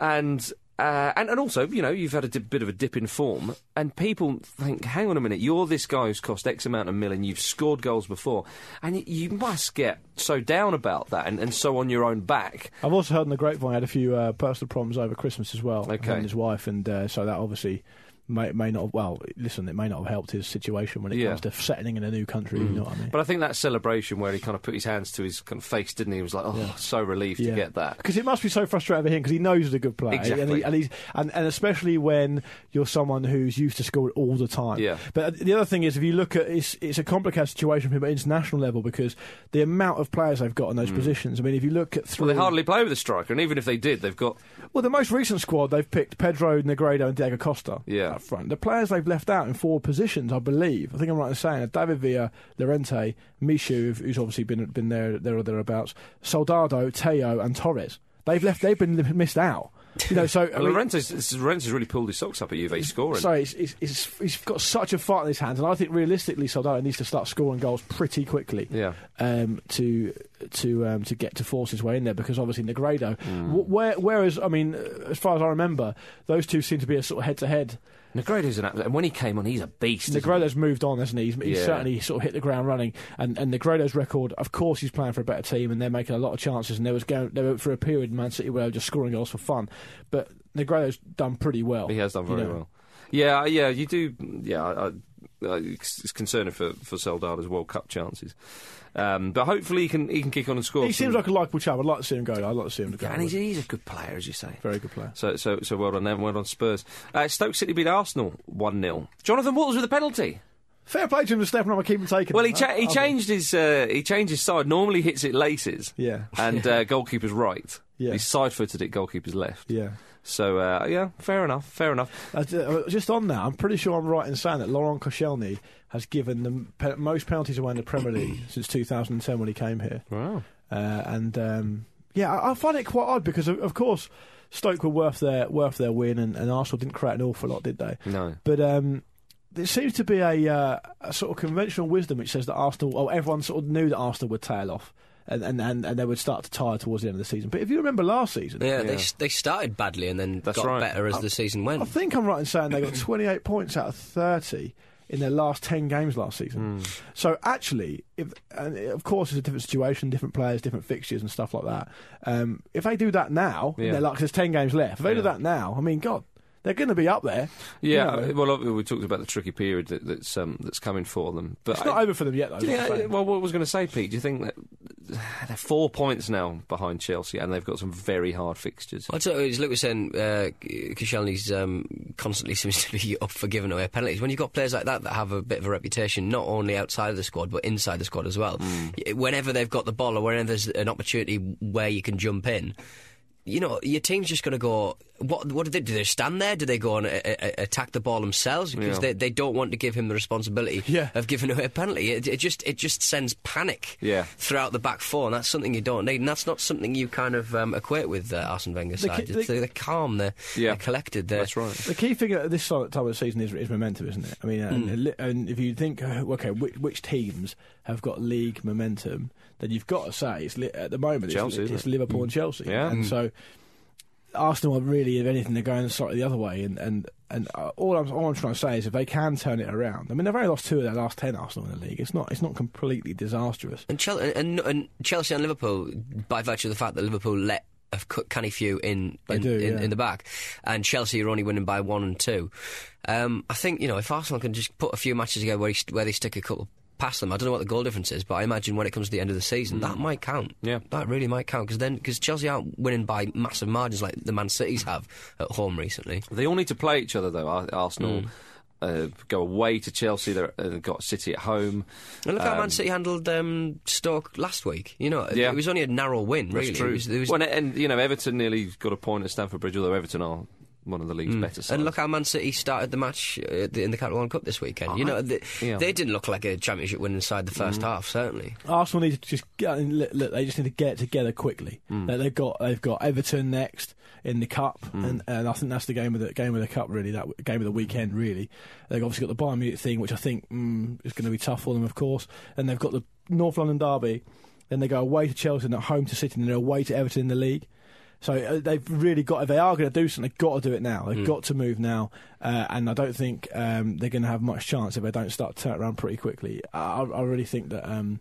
S2: and uh, and and also, you know, you've had a di- bit of a dip in form, and people think, "Hang on a minute, you're this guy who's cost X amount of million, you've scored goals before, and y- you must get so down about that and, and so on your own back."
S4: I've also heard on the grapevine he had a few uh, personal problems over Christmas as well.
S2: Okay.
S4: Him and his wife, and uh, so that obviously may, may not. Have, well, listen, it may not have helped his situation when it
S2: Yeah. Mm.
S4: comes to settling in a new country. You know what I mean?
S2: But I think that celebration where he kind of put his hands to his kind of face, didn't he? He was like, "Oh, so relieved to get that."
S4: because it must be so frustrating for him because he knows he's a good player, and,
S2: Exactly.
S4: he, and he's and, and especially when you're someone who's used to scoring all the time.
S2: Yeah.
S4: But the other thing is, if you look at it's it's a complicated situation for him at international level because the amount of players they've got in those positions. I mean, if you look at three,
S2: Mm. Well, they hardly play with a striker, and even if they did, they've got
S4: Well, the most recent squad they've picked Pedro, Negredo, and Diego Costa.
S2: Yeah.
S4: up front. The players they've left out in four positions, I believe. I think I'm right in saying are David Villa, Lorente, Michu, who've- who's obviously been been there there or thereabouts, Soldado, Teo, and Torres. They've left. They've been missed out. You know, so I
S2: Well,
S4: mean-
S2: Laurentiis, Laurentiis really pulled his socks up at Juve scoring.
S4: Sorry, it's, it's, it's, he's got such a fight in his hands, and I think realistically, Soldado needs to start scoring goals pretty quickly.
S2: Yeah.
S4: Um, to to um, to get to force his way in there because obviously Negredo.
S2: Hmm.
S4: wh- Where, whereas I mean, uh, as far as I remember, those two seem to be a sort of head to head.
S2: Negredo's an absolute, and when he came on, he's a beast. isn't he?
S4: Negredo's moved on, hasn't he? He's, he's
S2: Yeah.
S4: certainly sort of hit the ground running, and and Negredo's record. Of course, he's playing for a better team, and they're making a lot of chances. And there was going there were, for a period in Man City where they were just scoring goals for fun, but Negredo's done pretty well.
S2: He has done
S4: Oh, you
S2: very
S4: know.
S2: well. Yeah, uh, yeah, you do. Yeah, I, I, it's it's concerning for for Soldado's World Cup chances, um, but hopefully he can he can kick on and score.
S4: He seems
S2: some-
S4: like a likable chap. I'd like to see him go. I'd like to see him go.
S2: and he's, he's a good player, as you say.
S4: Very good player.
S2: So so so well on them. Well on Spurs. Uh, Stoke City beat Arsenal one 0 Jonathan Walters with a penalty.
S4: Fair play to him for stepping up and keeping taking.
S2: Well, he
S4: it.
S2: cha- he
S4: I'll-
S2: changed his uh, he changed his side. Normally hits it laces.
S4: Yeah.
S2: And uh, goalkeeper's right.
S4: Yeah.
S2: He side footed it. Goalkeeper's left.
S4: Yeah.
S2: So uh, yeah, fair enough. Fair enough.
S4: Uh, d- uh, just on that, I'm pretty sure I'm right in saying that Laurent Koscielny has given the m- pe- most penalties away in the Premier League since 2010 when he came here.
S2: Wow.
S4: Uh, and um, yeah, I, I find it quite odd because, of, of course, Stoke were worth their worth their win, and, and Arsenal didn't create an awful lot, did they?
S2: No.
S4: But um, there seems to be a, uh, a sort of conventional wisdom which says that Arsenal, oh, everyone sort of knew that Arsenal would tail off and, and, and, and they would start to tire towards the end of the season. But if you remember last season,
S3: Yeah, They, s- they started badly and then
S2: That's
S3: got
S2: right. Oh.
S3: better as the season
S4: I
S3: went.
S4: think I'm right in saying they got 28 points out of 30 in their last 10 games last
S2: Mm. Hmm.
S4: season. So actually, if and it- of course it's a different situation, different players, different fixtures and stuff like that. Um, if they do that now,
S2: Yeah.
S4: they're like there's 10 games left. If they do
S2: Yeah.
S4: that now, I mean, God, they're going to be up there. you
S2: Yeah,
S4: know.
S2: I- well, obvi- we talked about the tricky period that, that's um, that's coming for them. But
S4: it's
S2: I-
S4: not over for them yet, though.
S2: do
S4: is
S2: you
S4: what I'm
S2: think,
S4: saying.
S2: well, what I was going to say, Pete? Do you think that they're four points now behind Chelsea, and they've got some very hard fixtures?
S3: I tell you, as Luke was saying, uh, Koscielny's um, constantly seems to be up for giving away penalties. When you've got players like that that have a bit of a reputation, not only outside of the squad but inside the squad as well, y- whenever they've got the ball or whenever there's an opportunity where you can jump in, you know, your team's just going to go. What? What do they do? They stand there? Do they go and uh, uh, attack the ball themselves because
S2: Yeah.
S3: they, they don't want to give him the responsibility
S4: Yeah.
S3: of giving away a penalty? It, it just it just sends panic
S2: Yeah.
S3: throughout the back four, and that's something you don't need. And that's not something you kind of um, equate with uh, Arsene Wenger's
S4: They ca-
S3: side.
S4: they-
S3: They, are calm, they're,
S2: Yeah.
S3: they're collected, they're
S2: That's right.
S4: The key thing at this sort of time of the season is, is momentum, isn't it? I mean, and,
S2: Mm.
S4: and li- and if you think, uh, okay, which, which teams have got league momentum, then you've got to say it's li- at the moment
S2: Chelsea,
S4: it's,
S2: isn't
S4: it's
S2: it? Mm.
S4: Liverpool and Chelsea,
S2: Yeah.
S4: and so Arsenal are really, if anything, they're going slightly the other way, and and and uh, all I'm all I'm trying to say is if they can turn it around, I mean, they've only lost two of their last ten Arsenal in the league. It's not it's not completely disastrous.
S3: And, Chel- and, and Chelsea and Liverpool, by virtue of the fact that Liverpool let a c- canny few in
S4: They
S3: in,
S4: do,
S3: in,
S4: yeah.
S3: in the back, and Chelsea are only winning by one and two. Um, I think you know if Arsenal can just put a few matches together where, he st- where they stick a couple past them, I don't know what the goal difference is, but I imagine when it comes to the end of the
S4: Hmm.
S3: season, that might count.
S2: Yeah.
S3: that really might count because then because Chelsea aren't winning by massive margins like the Man City's have at home recently.
S2: They all need to play each other, though. Ar- Arsenal uh, go away to Chelsea. They're- uh, They've got City at home.
S3: And look how Man City handled um, Stoke last week. You know, it-
S2: Yeah.
S3: it was only a narrow win. Really,
S2: That's
S3: It
S2: true.
S3: was- it was-
S2: Well, and, and, you know, Everton nearly got a point at Stamford Bridge, although Everton are one of the league's better sides.
S3: Mm. And look how Man City started the match uh, the- in the Catalan Cup this weekend. You know, they,
S2: yeah.
S3: they didn't look like a championship winning side the
S2: Mm.
S3: first half, certainly.
S4: Arsenal need to just get, I mean, look, look, they just need to get it together quickly. They- They've got they've got Everton next in the cup, and, and I think that's the game of the game of the cup really. That w- game of the weekend really. They've obviously got the Bayern Munich thing, which I think mm, is going to be tough for them, of course. And they've got the North London derby. Then they go away to Chelsea and at home to City, and then away to Everton in the league. So uh, they've really got. If they are going to do something, they've got to do it now. They've got to move now, uh, and I don't think um, they're going to have much chance if they don't start to turn it around pretty quickly. I, I I really think that um,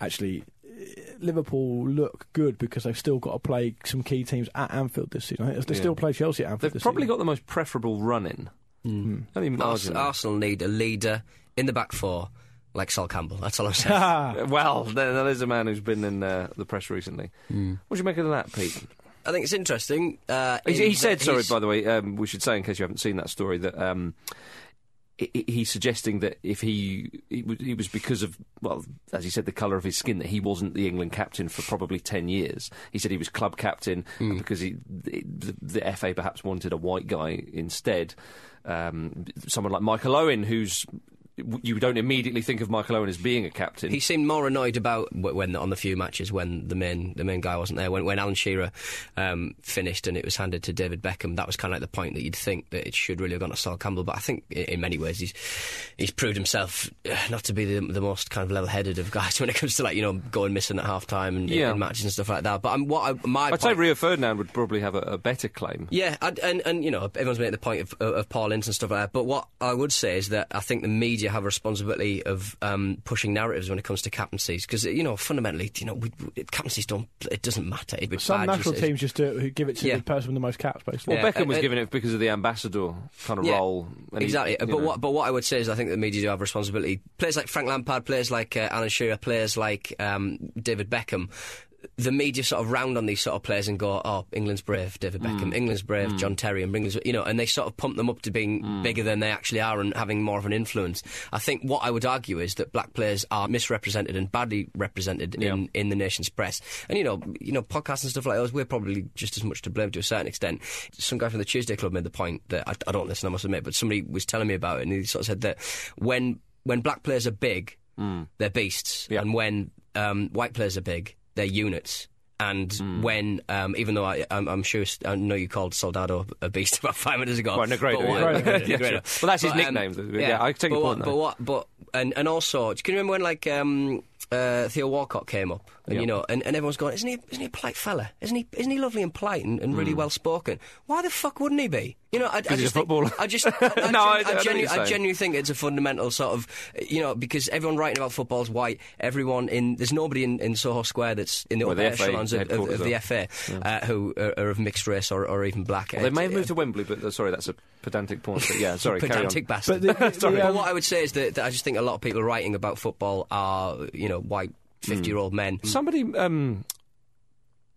S4: actually eh, Liverpool look good because they've still got to play some key teams at Anfield this season. I think they
S2: Yeah.
S4: still play Chelsea at Anfield.
S2: They've
S4: this
S2: probably
S4: season. Hmm.
S2: got the most preferable run in. Only
S3: Mm. Ars-
S2: marginally.
S3: Arsenal need a leader in the back four, like Sol Campbell. That's all I'm saying.
S4: Ah,
S2: Well, there, there is a man who's been in uh, the press recently. What do you make of that, Pete?
S3: I think it's interesting. Uh,
S2: He,
S3: in
S2: he
S3: that
S2: said, sorry,
S3: he's-
S2: by the way, um, we should say, in case you haven't seen that story, that um, he- he- he's suggesting that if he, it was- it was because of, well, as he said, the colour of his skin, that he wasn't the England captain for probably 10 years. He said he was club captain because he, the, the FA perhaps wanted a white guy instead. Um, someone like Michael Owen, who's w- you don't immediately think of Michael Owen as being a captain.
S3: He seemed more annoyed about wh- when on the few matches when the main the main guy wasn't there. When when Alan Shearer um, finished and it was handed to David Beckham, that was kind of like the point that you'd think that it should really have gone to Sol Campbell. But I think i- in many ways he's he's proved himself eh, not to be the, the most kind of level headed of guys when it comes to like you know going missing at half time and in-
S2: Yeah.
S3: in matches and stuff like that. But I'm, what I, my
S2: I'd say
S3: point-
S2: Rio Ferdinand would probably have a, a better claim.
S3: yeah, I'd, and and you know everyone's making the point of, of, of Paul Ince and stuff like that. But what I would say is that I think the media have a responsibility of um, pushing narratives when it comes to captaincies because you know fundamentally, you know, we, we- captaincies don't it doesn't matter. It,
S4: Some
S3: badges-
S4: national
S3: it-
S4: teams just do it, who give it to
S3: Yeah.
S4: the person with the most caps, basically.
S2: Well,
S3: Yeah,
S2: Beckham was
S3: uh, uh,
S2: given it because of the ambassador kind of
S3: Yeah,
S2: role. and he-
S3: exactly.
S2: you
S3: but
S2: know.
S3: what but what I would say is I think the media do have a responsibility. Players like Frank Lampard, players like uh, Alan Shearer, players like um, David Beckham. The media sort of round on these sort of players and go, "Oh, England's brave, David Beckham. England's brave, John Terry, and England's, you know." And they sort of pump them up to being bigger than they actually are and having more of an influence. I think what I would argue is that black players are misrepresented and badly represented in, in the nation's press. And you know, you know, podcasts and stuff like those, we're probably just as much to blame to a certain extent. Some guy from the Tuesday Club made the point that I, I don't listen, I must admit, but somebody was telling me about it, and he sort of said that when when black players are big, they're beasts,
S2: Yeah.
S3: and when um, white players are big, they're units. And
S2: Hmm.
S3: when, um, even though I, I'm, I'm sure, I know you called Soldado a beast about five minutes ago.
S2: Well, Negredo,
S3: but
S2: yeah.
S3: what-
S2: Negredo, yeah,
S3: Negredo.
S2: sure. Well, that's his
S3: But, um,
S2: nickname. Yeah, I take
S3: but
S2: your
S3: what-
S2: point, though.
S3: But what? But and and also, can you remember when like um, uh, Theo Walcott came up, and
S2: Yeah.
S3: you know, and, and everyone's going, isn't he? Isn't he a polite fella? Isn't he? Isn't he lovely and polite and, and really well spoken? Why the fuck wouldn't he be? You know, I, I just
S2: Hmm. he's a
S3: think-
S2: footballer.
S3: I just, I,
S2: No,
S3: I, gen-
S2: I-
S3: I,
S2: I know what
S3: genu-
S2: you're
S3: I
S2: saying.
S3: genuinely think it's a fundamental sort of, you know, because everyone writing about football is white. Everyone in there's nobody in, in Soho Square that's in the
S2: Well,
S3: upper
S2: the FA
S3: echelons of, of,
S2: headquarters
S3: of the
S2: are.
S3: FA uh, who are, are of mixed race or, or even black.
S2: Well, they may have
S3: It's-
S2: moved to Wembley, but uh, sorry, that's a pedantic point. But yeah, sorry, carry on.
S3: pedantic bastard.
S4: But
S3: But,
S4: the- the, Sorry. um,
S3: what I would say is that, that I just think a lot of people writing about football are, you know, white fifty-year-old
S2: Hmm.
S3: men.
S2: Somebody, um,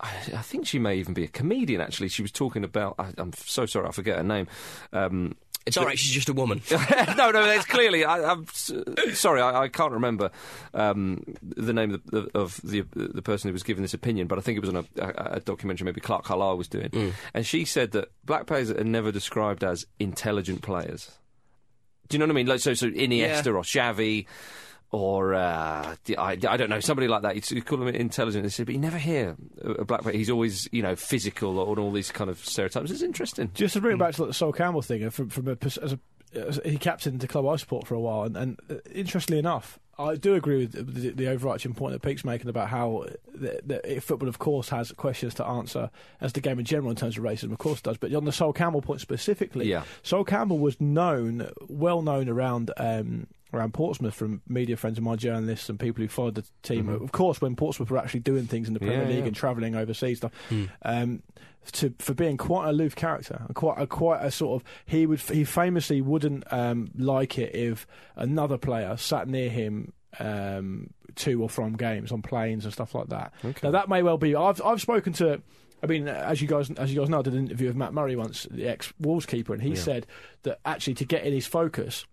S2: I, I think she may even be a comedian. Actually, she was talking about. I, I'm so sorry, I forget her name. Um,
S3: It's all right. She's just a woman.
S2: no, no, it's clearly. I, I'm s- sorry, I, I can't remember um, the name of the, of the the person who was giving this opinion, but I think it was on a, a, a documentary maybe Clark Carlisle was doing, and she said that black players are never described as intelligent players. Do you know what I mean? Like so, so Iniesta
S3: Yeah.
S2: or Xavi. Or uh, the- I, I don't know somebody like that. You, you call him intelligent, they say, but you never hear a a black player. He's always you know physical or all these kind of stereotypes. It's interesting.
S4: Just to bring it back to the Sol Campbell thing, uh, from, from a, pers- as a, as a, he captained the club I support for a while, and, and uh, interestingly enough, I do agree with the, the overarching point that Pete's making about how uh, the, the, football, of course, has questions to answer as the game in general in terms of racism, of course, does. But on the Sol Campbell point specifically,
S2: Yeah.
S4: Sol Campbell was known, well known around. Um, Around Portsmouth, from media friends of mine, journalists, and people who followed the team. Of course, when Portsmouth were actually doing things in the Premier
S2: Mm-hmm. Yeah,
S4: League
S2: yeah. Hmm.
S4: and travelling overseas, stuff, um, to for being quite an aloof character, and quite a quite a sort of he would he famously wouldn't um, like it if another player sat near him um, to or from games on planes and stuff like that. Now that may well be. I've I've spoken to. I mean, as you guys as you guys know, I did an interview with Matt Murray once, the ex Wolves keeper, and he said that actually to get in his focus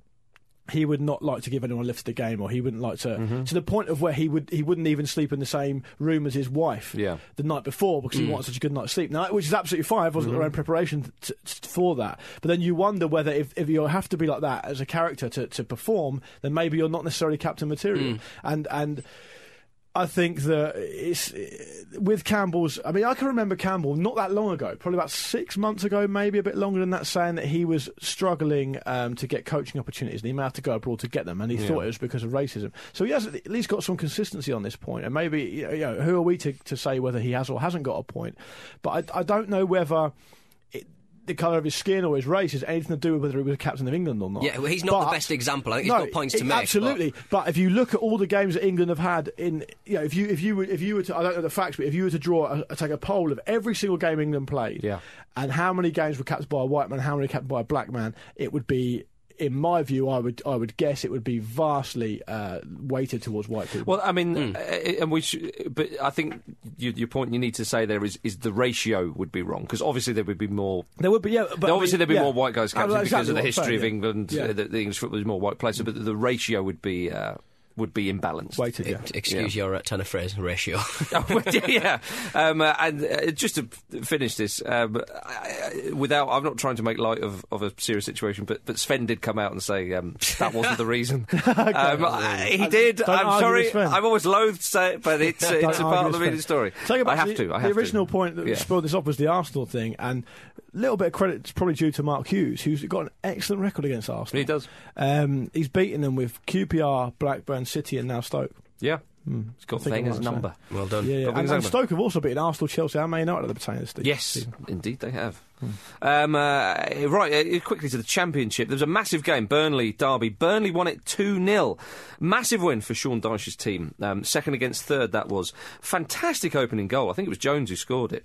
S4: he would not like to give anyone a lift to the game, or he wouldn't like to to the point of where he would he wouldn't even sleep in the same room as his wife
S2: Yeah.
S4: the night before because he wanted such a good night's sleep. Now, which is absolutely fine. Everyone's got their own preparation t- t- for that, but then you wonder whether if, if you have to be like that as a character to, to perform, then maybe you're not necessarily captain material. And and I think that it's with Campbell's. I mean, I can remember Campbell not that long ago, probably about six months ago, maybe a bit longer than that, saying that he was struggling um, to get coaching opportunities and he may have to go abroad to get them, and he thought it was because of racism. So he has at least got some consistency on this point, and maybe you know, who are we to, to say whether he has or hasn't got a point? But I, I don't know whether. it- The colour of his skin or his race has anything to do with whether he was a captain of England or not.
S3: Yeah, well, he's not the
S4: But-
S3: best example. I think he's got points to
S4: it-
S3: make,
S4: Absolutely, but. if you look at all the games that England have had in, you know, if you if you were, if you were to, I don't know the facts, but if you were to draw, a, take a poll of every single game England played,
S2: Yeah.
S4: and how many games were captained by a white man, how many captained by a black man, it would be. In my view, I would I would guess it would be vastly uh, weighted towards white people.
S2: Well, I mean, uh, and we sh- but I think you, your point you need to say there is, is the ratio would be wrong because obviously there would be more.
S4: there would be, yeah, but I
S2: obviously
S4: mean,
S2: there'd be
S4: yeah.
S2: more white guys
S4: Oh, that's
S2: captain because
S4: exactly
S2: of the
S4: what I'm
S2: history
S4: saying,
S2: of
S4: yeah.
S2: England.
S4: Yeah.
S2: Uh, the, the English football is more white places, but the ratio would be uh, would be imbalanced.
S4: Weighted, yeah.
S3: Ex- Excuse your uh, ton of phrase ratio.
S2: Oh, yeah, um, uh, and uh, just to f- finish this, um, I, I- without I'm not trying to make light of, of a serious situation, but but Sven did come out and say um, that wasn't the reason. um, I- he did.
S4: Don't
S2: I'm
S4: argue
S2: sorry.
S4: with Sven.
S2: I'm always loath to say it, but it's
S4: Don't
S2: it's a
S4: argue
S2: part
S4: with
S2: of the
S4: Sven.
S2: reading story.
S4: Take it
S2: I
S4: back to
S2: have
S4: the,
S2: to. I
S4: the
S2: have
S4: original
S2: to.
S4: point that
S2: Yeah.
S4: spilled this off was the Arsenal thing, and a little bit of credit's probably due to Mark Hughes, who's got an excellent record against Arsenal.
S2: He does.
S4: Um, he's beaten them with QPR, Blackburn, City, and now Stoke.
S2: Yeah, it's got
S4: I think I
S2: Wenger's
S4: might say.
S2: number.
S3: well done.
S4: Yeah, yeah.
S2: Got
S4: And,
S2: things
S4: and
S2: over.
S4: Stoke have also beaten Arsenal, Chelsea, and Man United at the beginning of the season.
S2: Yes, indeed they have. Um, uh, right, uh, quickly to the championship. There was a massive game, Burnley Derby. Burnley won it 2 0. Massive win for Sean Dyche's team. Um, second against third, that was. Fantastic opening goal. I think it was Jones who scored it.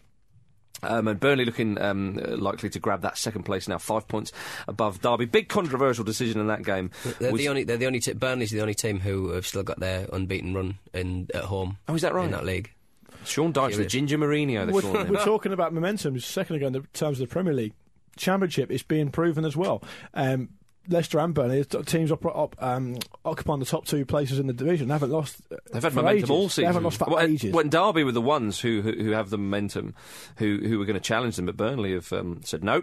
S2: Um, and Burnley looking um, uh, likely to grab that second place now, five points above Derby. Big controversial decision in that game.
S3: They're
S2: was-
S3: the only. They're the only. T- Burnley's the only team who have still got their unbeaten run in at home.
S2: Oh, is that right?
S3: In that league.
S2: Sean Dyche, the Ginger Mourinho, they
S4: We're,
S2: call him.
S4: we're talking about momentum just a second ago in the terms of the Premier League Championship. It's being proven as well. Um, Leicester and Burnley the teams op- op- um, occupying the top two places in the division. They haven't lost. uh,
S2: They've had
S4: for
S2: momentum
S4: ages.
S2: all season.
S4: They haven't lost for
S2: well, and-
S4: ages.
S2: well, and Derby were the ones who who, who have the momentum, who who were going to challenge them, but Burnley have um, said no,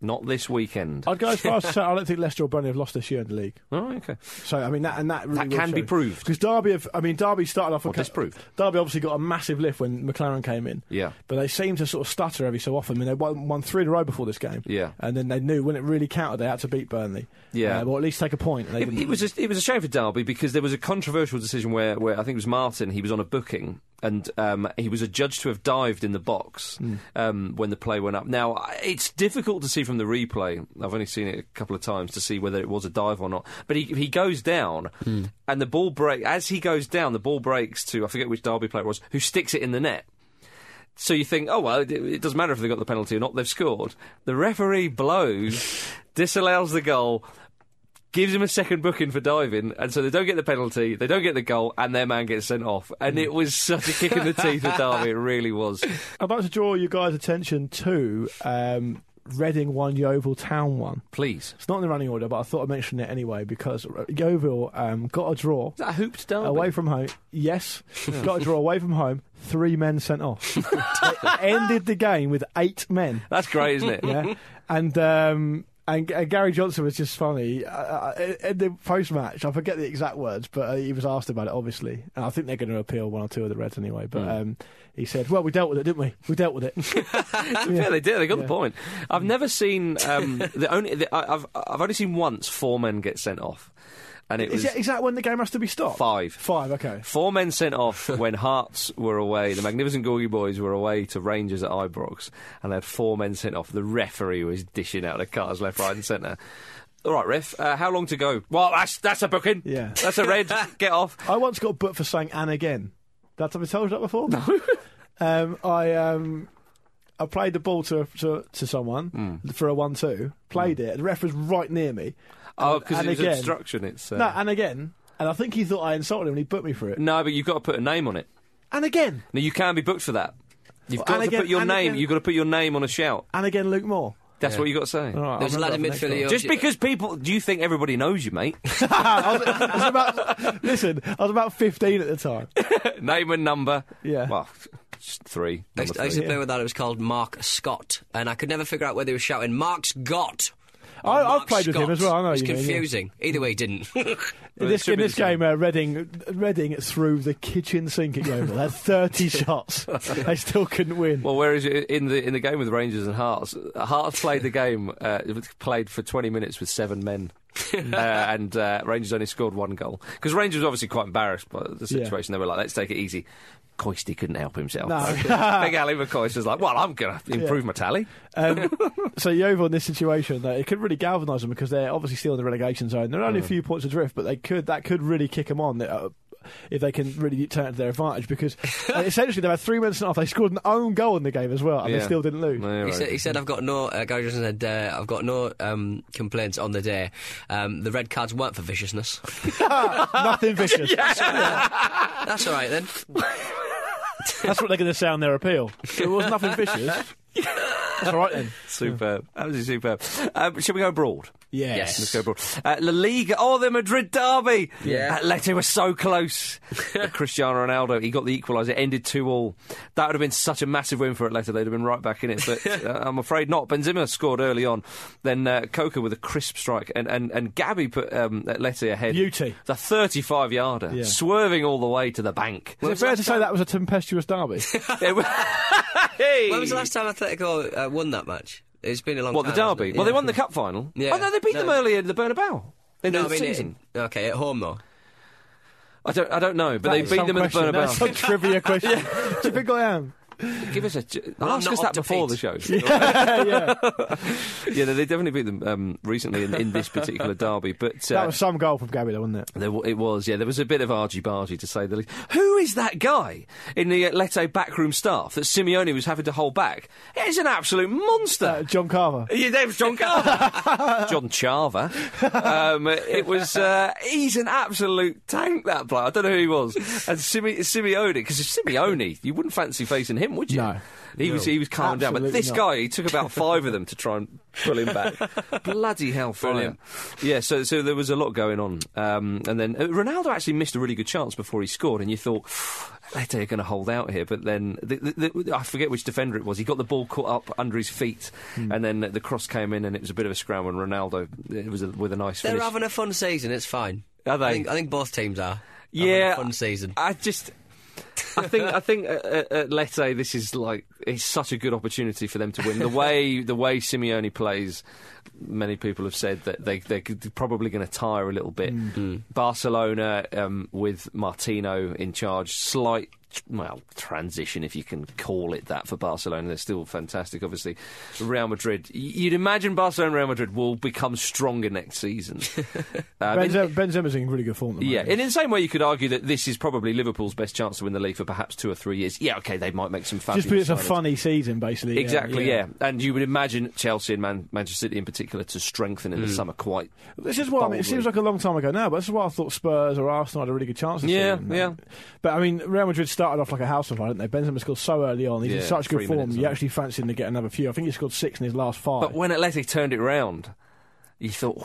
S2: not this weekend.
S4: I'd go as far as to say I don't think Leicester or Burnley have lost this year in the league.
S2: oh, okay.
S4: So I mean that and that really
S2: That can be proved.
S4: because Derby have. I mean Derby started off.
S2: Or
S4: with ca-
S2: disproved.
S4: Derby obviously got a massive lift when McLaren came in.
S2: Yeah.
S4: But they seem to sort of stutter every so often. I mean, they won, won three in a row before this game.
S2: Yeah.
S4: And then they knew when it really counted, they had to beat Burnley.
S2: Yeah.
S4: Uh, or at least take a point. and they
S2: It,
S4: didn't.
S2: it was a, it was a shame for Derby because there was a controversial decision where, where I think it was Martin. He was on a booking and um, he was adjudged to have dived in the box
S4: Hmm.
S2: um, when the play went up. Now I- it's difficult to see from the replay. I've only seen it a couple of times to see whether it was a dive or not. But he he goes down
S4: Hmm.
S2: and the ball break as he goes down. The ball breaks to I forget which Derby player it was who sticks it in the net. So you think, oh well, it, it doesn't matter if they got the penalty or not. They've scored. The referee blows, disallows the goal, gives him a second booking for diving, and so they don't get the penalty, they don't get the goal, and their man gets sent off. And it was such a kick in the teeth for Derby. It really was.
S4: I'd like to draw your guys' attention to um, Reading 1, Yeovil Town 1.
S2: Please,
S4: It's not in the running order, but I thought I'd mention it anyway because Yeovil um, got a draw
S2: that hooped Derby.
S4: away from home. Yes, got a draw away from home. Three men sent off. They ended the game with eight men.
S2: That's great, isn't it?
S4: Yeah. and um, and, and Gary Johnson was just funny uh, uh, in the post match. I forget the exact words, but uh, he was asked about it, obviously. And I think they're going to appeal one or two of the Reds anyway. But
S2: Mm.
S4: um, he said, "Well, we dealt with it, didn't we? We dealt with it."
S2: yeah. they did. They got the
S4: Yeah.
S2: point. I've never seen um, the only. The, I- I've I've only seen once four men get sent off, and it
S4: is,
S2: was
S4: that, is that when the game has to be stopped?
S2: five.
S4: Five. Okay.
S2: Four men sent off when Hearts were away. The Magnificent Gorgie boys were away to Rangers at Ibrox, and they had four men sent off. The referee was dishing out the cards left, right, and centre. All right, ref. Uh, how long to go? Well, that's that's a booking.
S4: Yeah.
S2: that's a red. Get off.
S4: I once got booked for saying "and again." That have I told you that before? No. um, I um, I played the ball to to, to someone
S2: Mm.
S4: for a one-two. Played it. The ref was right near me.
S2: Oh, because
S4: and
S2: it was
S4: again-
S2: obstruction. It's uh,
S4: No, and again. And I think he thought I insulted him and he booked me for it.
S2: no, but you've got to put a name on it.
S4: And again.
S2: Now you can be booked for that. You've
S4: And
S2: got to
S4: again-
S2: put your
S4: and
S2: name.
S4: again-
S2: You've got to put your name on a shout.
S4: And again, Luke Moore.
S2: That's what you've got to say.
S4: All right,
S3: There's a
S4: I'll
S3: lad in
S4: remember that for
S3: midfield.
S4: next
S3: who-
S2: Just because people, do you think everybody knows you, mate?
S4: time. I was about, listen, I was about 15 at the time.
S2: name and number.
S4: Yeah.
S2: Well, just three.
S3: I
S2: number
S3: used, I used
S2: three.
S3: to play with that. It was called Mark Scott, and I could never figure out whether he was shouting "Mark's got." or
S4: I- I've
S3: "Mark
S4: played with him
S3: Scott."
S4: as well, I know
S3: It's
S4: you mean, yeah.
S3: confusing. Either way, he didn't.
S4: In
S2: it
S4: this,
S2: should
S4: in
S2: be
S4: this
S2: the same.
S4: game, uh, Reading, Reading threw the kitchen sink at Yeovil. They had 30 shots. They still couldn't win.
S2: Well, whereas in the in the game with Rangers and Hearts, Hearts played the game uh, it was played for 20 minutes with seven men, uh, and uh, Rangers only scored one goal because Rangers were obviously quite embarrassed by the
S4: Yeah.
S2: situation. They were like, "Let's take it easy." Coisty couldn't help himself.
S4: No.
S2: Big Ali McCoist was like, "Well, I'm going to improve my tally."
S4: Um, so Yeovil in this situation, though, it could really galvanise them because they're obviously still in the relegation zone. They're
S2: Mm.
S4: only a few points adrift, but they could that could really kick them on. Uh, if they can really turn it to their advantage, because uh, essentially they had three minutes and off, they scored an own goal in the game as well, and
S2: Yeah.
S4: they still didn't lose.
S2: No, you're
S3: He said,
S2: right.
S3: he said, "I've got no." Uh, Gary Johnson said, uh, "I've got no um, complaints on the day. Um, the red cards weren't for viciousness.
S4: Nothing vicious.
S3: That's all right then.
S4: That's what they're going to say on their appeal. It was nothing vicious. It's all right then.
S2: Superb. Absolutely superb. Um, shall we go abroad?
S4: Yes.
S3: Yes.
S2: Let's go abroad. Uh, La Liga. Oh, the Madrid derby.
S3: Yeah.
S2: Atleti were so close. But Cristiano Ronaldo, he got the equaliser. It ended 2 all. That would have been such a massive win for Atleti. They'd have been right back in it. But uh, I'm afraid not. Benzema scored early on. Then uh, Coca with a crisp strike. And, and, and Gabby put um, Atleti ahead.
S4: Beauty.
S2: The 35 yarder.
S4: Yeah.
S2: Swerving all the way to the bank.
S4: Is it fair to say that was a tempestuous derby?
S2: It was- Hey!
S3: When was the last time Atletico uh, won that match? It's been a long
S2: What, the
S3: time.
S2: derby? Well, they won the cup final.
S3: Yeah.
S2: Oh, no, they beat
S3: No.
S2: them earlier in the Bernabeu. In
S3: No,
S2: the
S3: I mean,
S2: season.
S3: it- okay, at home though.
S2: I don't, I don't know, but they
S4: That is
S2: beat
S4: some
S2: them at the
S4: question. That's
S2: Bernabeu.
S4: some trivia question. Do you think I am?
S2: Give us a. j-
S3: Well, I'm
S2: ask
S3: not
S2: us
S3: up
S2: that
S3: to
S2: before the
S3: Pete.
S2: show.
S4: yeah, yeah.
S2: yeah, they definitely beat them um, recently in, in this particular derby, but.
S4: That
S2: Uh,
S4: was some goal from Gabby, though, wasn't it?
S2: there, w- it was, yeah. There was a bit of argy bargy to say the least. Who is that guy in the Atlete backroom staff that Simeone was having to hold back? He's an absolute monster.
S4: Uh, John Carver.
S2: Yeah, that was John Carver. John Chava. Um, it was. Uh, he's an absolute tank. That player. I don't know who he was. And Simi- Simeone, because Simeone, you wouldn't fancy facing him, would you?
S4: No.
S2: He was. He was calmed down. But
S4: Absolutely
S2: this
S4: not.
S2: guy, he took about five of them to try and pull him back. Bloody hell,
S3: Brilliant.
S2: Yeah. So, so there was a lot going on. Um, and then uh, Ronaldo actually missed a really good chance before he scored, and you thought. Later, you're going to hold out here, but then the, the, the, I forget which defender it was. He got the ball caught up under his feet, and then the cross came in, and it was a bit of a scramble. And Ronaldo, it was a, with a nice
S3: They're
S2: finish.
S3: having a fun season. It's fine.
S2: Are they?
S3: I think, I think both teams are. having
S2: yeah,
S3: a fun season.
S2: I just, I think, I think uh, uh, at Lecce, this is like it's such a good opportunity for them to win. The way the way Simeone plays, many people have said that they they're g- probably going to tire a little bit. Barcelona um, with Martino in charge, slight. Well, transition, if you can call it that, for Barcelona. They're still fantastic, obviously. Real Madrid, y- you'd imagine Barcelona and Real Madrid will become stronger next season. Um, in-
S4: Benzema, Benzema's in really good form. at the
S2: yeah,
S4: moment.
S2: and in the same way, you could argue that this is probably Liverpool's best chance to win the league for perhaps two or three years. Yeah, okay, they might make some fabulous.
S4: just because it's a
S2: signings.
S4: funny season, basically. yeah,
S2: Exactly, yeah. And you would imagine Chelsea and Man- Manchester City in particular to strengthen in the
S4: Mm.
S2: summer quite.
S4: This is why I mean, it
S2: boldly.
S4: seems like a long time ago now, but this is why I thought Spurs or Arsenal had a really good chance. This
S2: Yeah,
S4: season,
S2: yeah.
S4: But I mean, Real Madrid started off like a house of fire, didn't they? Benzema scored so early on; he's in
S2: Yeah,
S4: such
S2: three
S4: good form.
S2: minutes,
S4: You
S2: wasn't
S4: actually fancy him to get another few. I think he scored six in his last five.
S2: But when Atletico turned it round, you thought,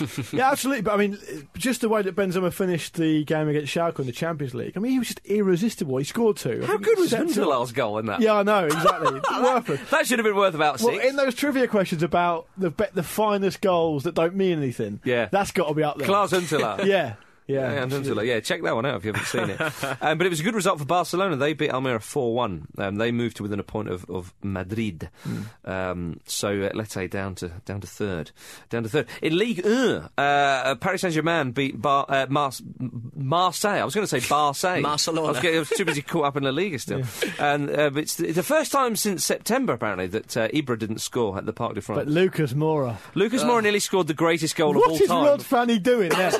S2: "Ooh,
S4: yeah, absolutely. But I mean, just the way that Benzema finished the game against Schalke in the Champions League, I mean, he was just irresistible. He scored two. I
S2: how
S4: think
S2: good was
S4: set two.
S2: Huntelaar's goal in that?
S4: Yeah, I know exactly. Worthless.
S2: That should have been worth about
S4: Well,
S2: six.
S4: in those trivia questions about the be- the finest goals that don't mean anything,
S2: Yeah.
S4: that's got to be up there.
S2: Klaus Huntelaar.
S4: Yeah, yeah.
S2: Yeah, and Huntelaar. yeah, check that one out if you haven't seen it. um, but it was a good result for Barcelona. They beat Almira 4 1. Um, they moved to within a point of, of Madrid.
S4: Hmm.
S2: Um, so uh, Lete down to down to third. Down to third. In League 1, uh, uh, Paris Saint Germain beat Bar- uh, Mars- M- Marseille. I was going to say Barseille.
S3: Barcelona.
S2: I was, getting, I was too busy caught up in La Liga still. And uh, but it's the, the first time since September, apparently, that uh, Ibra didn't score at the Parc de France.
S4: But Lucas Mora.
S2: Lucas Moura nearly scored the greatest goal of all
S4: What is
S2: time.
S4: Rod Fanny doing there?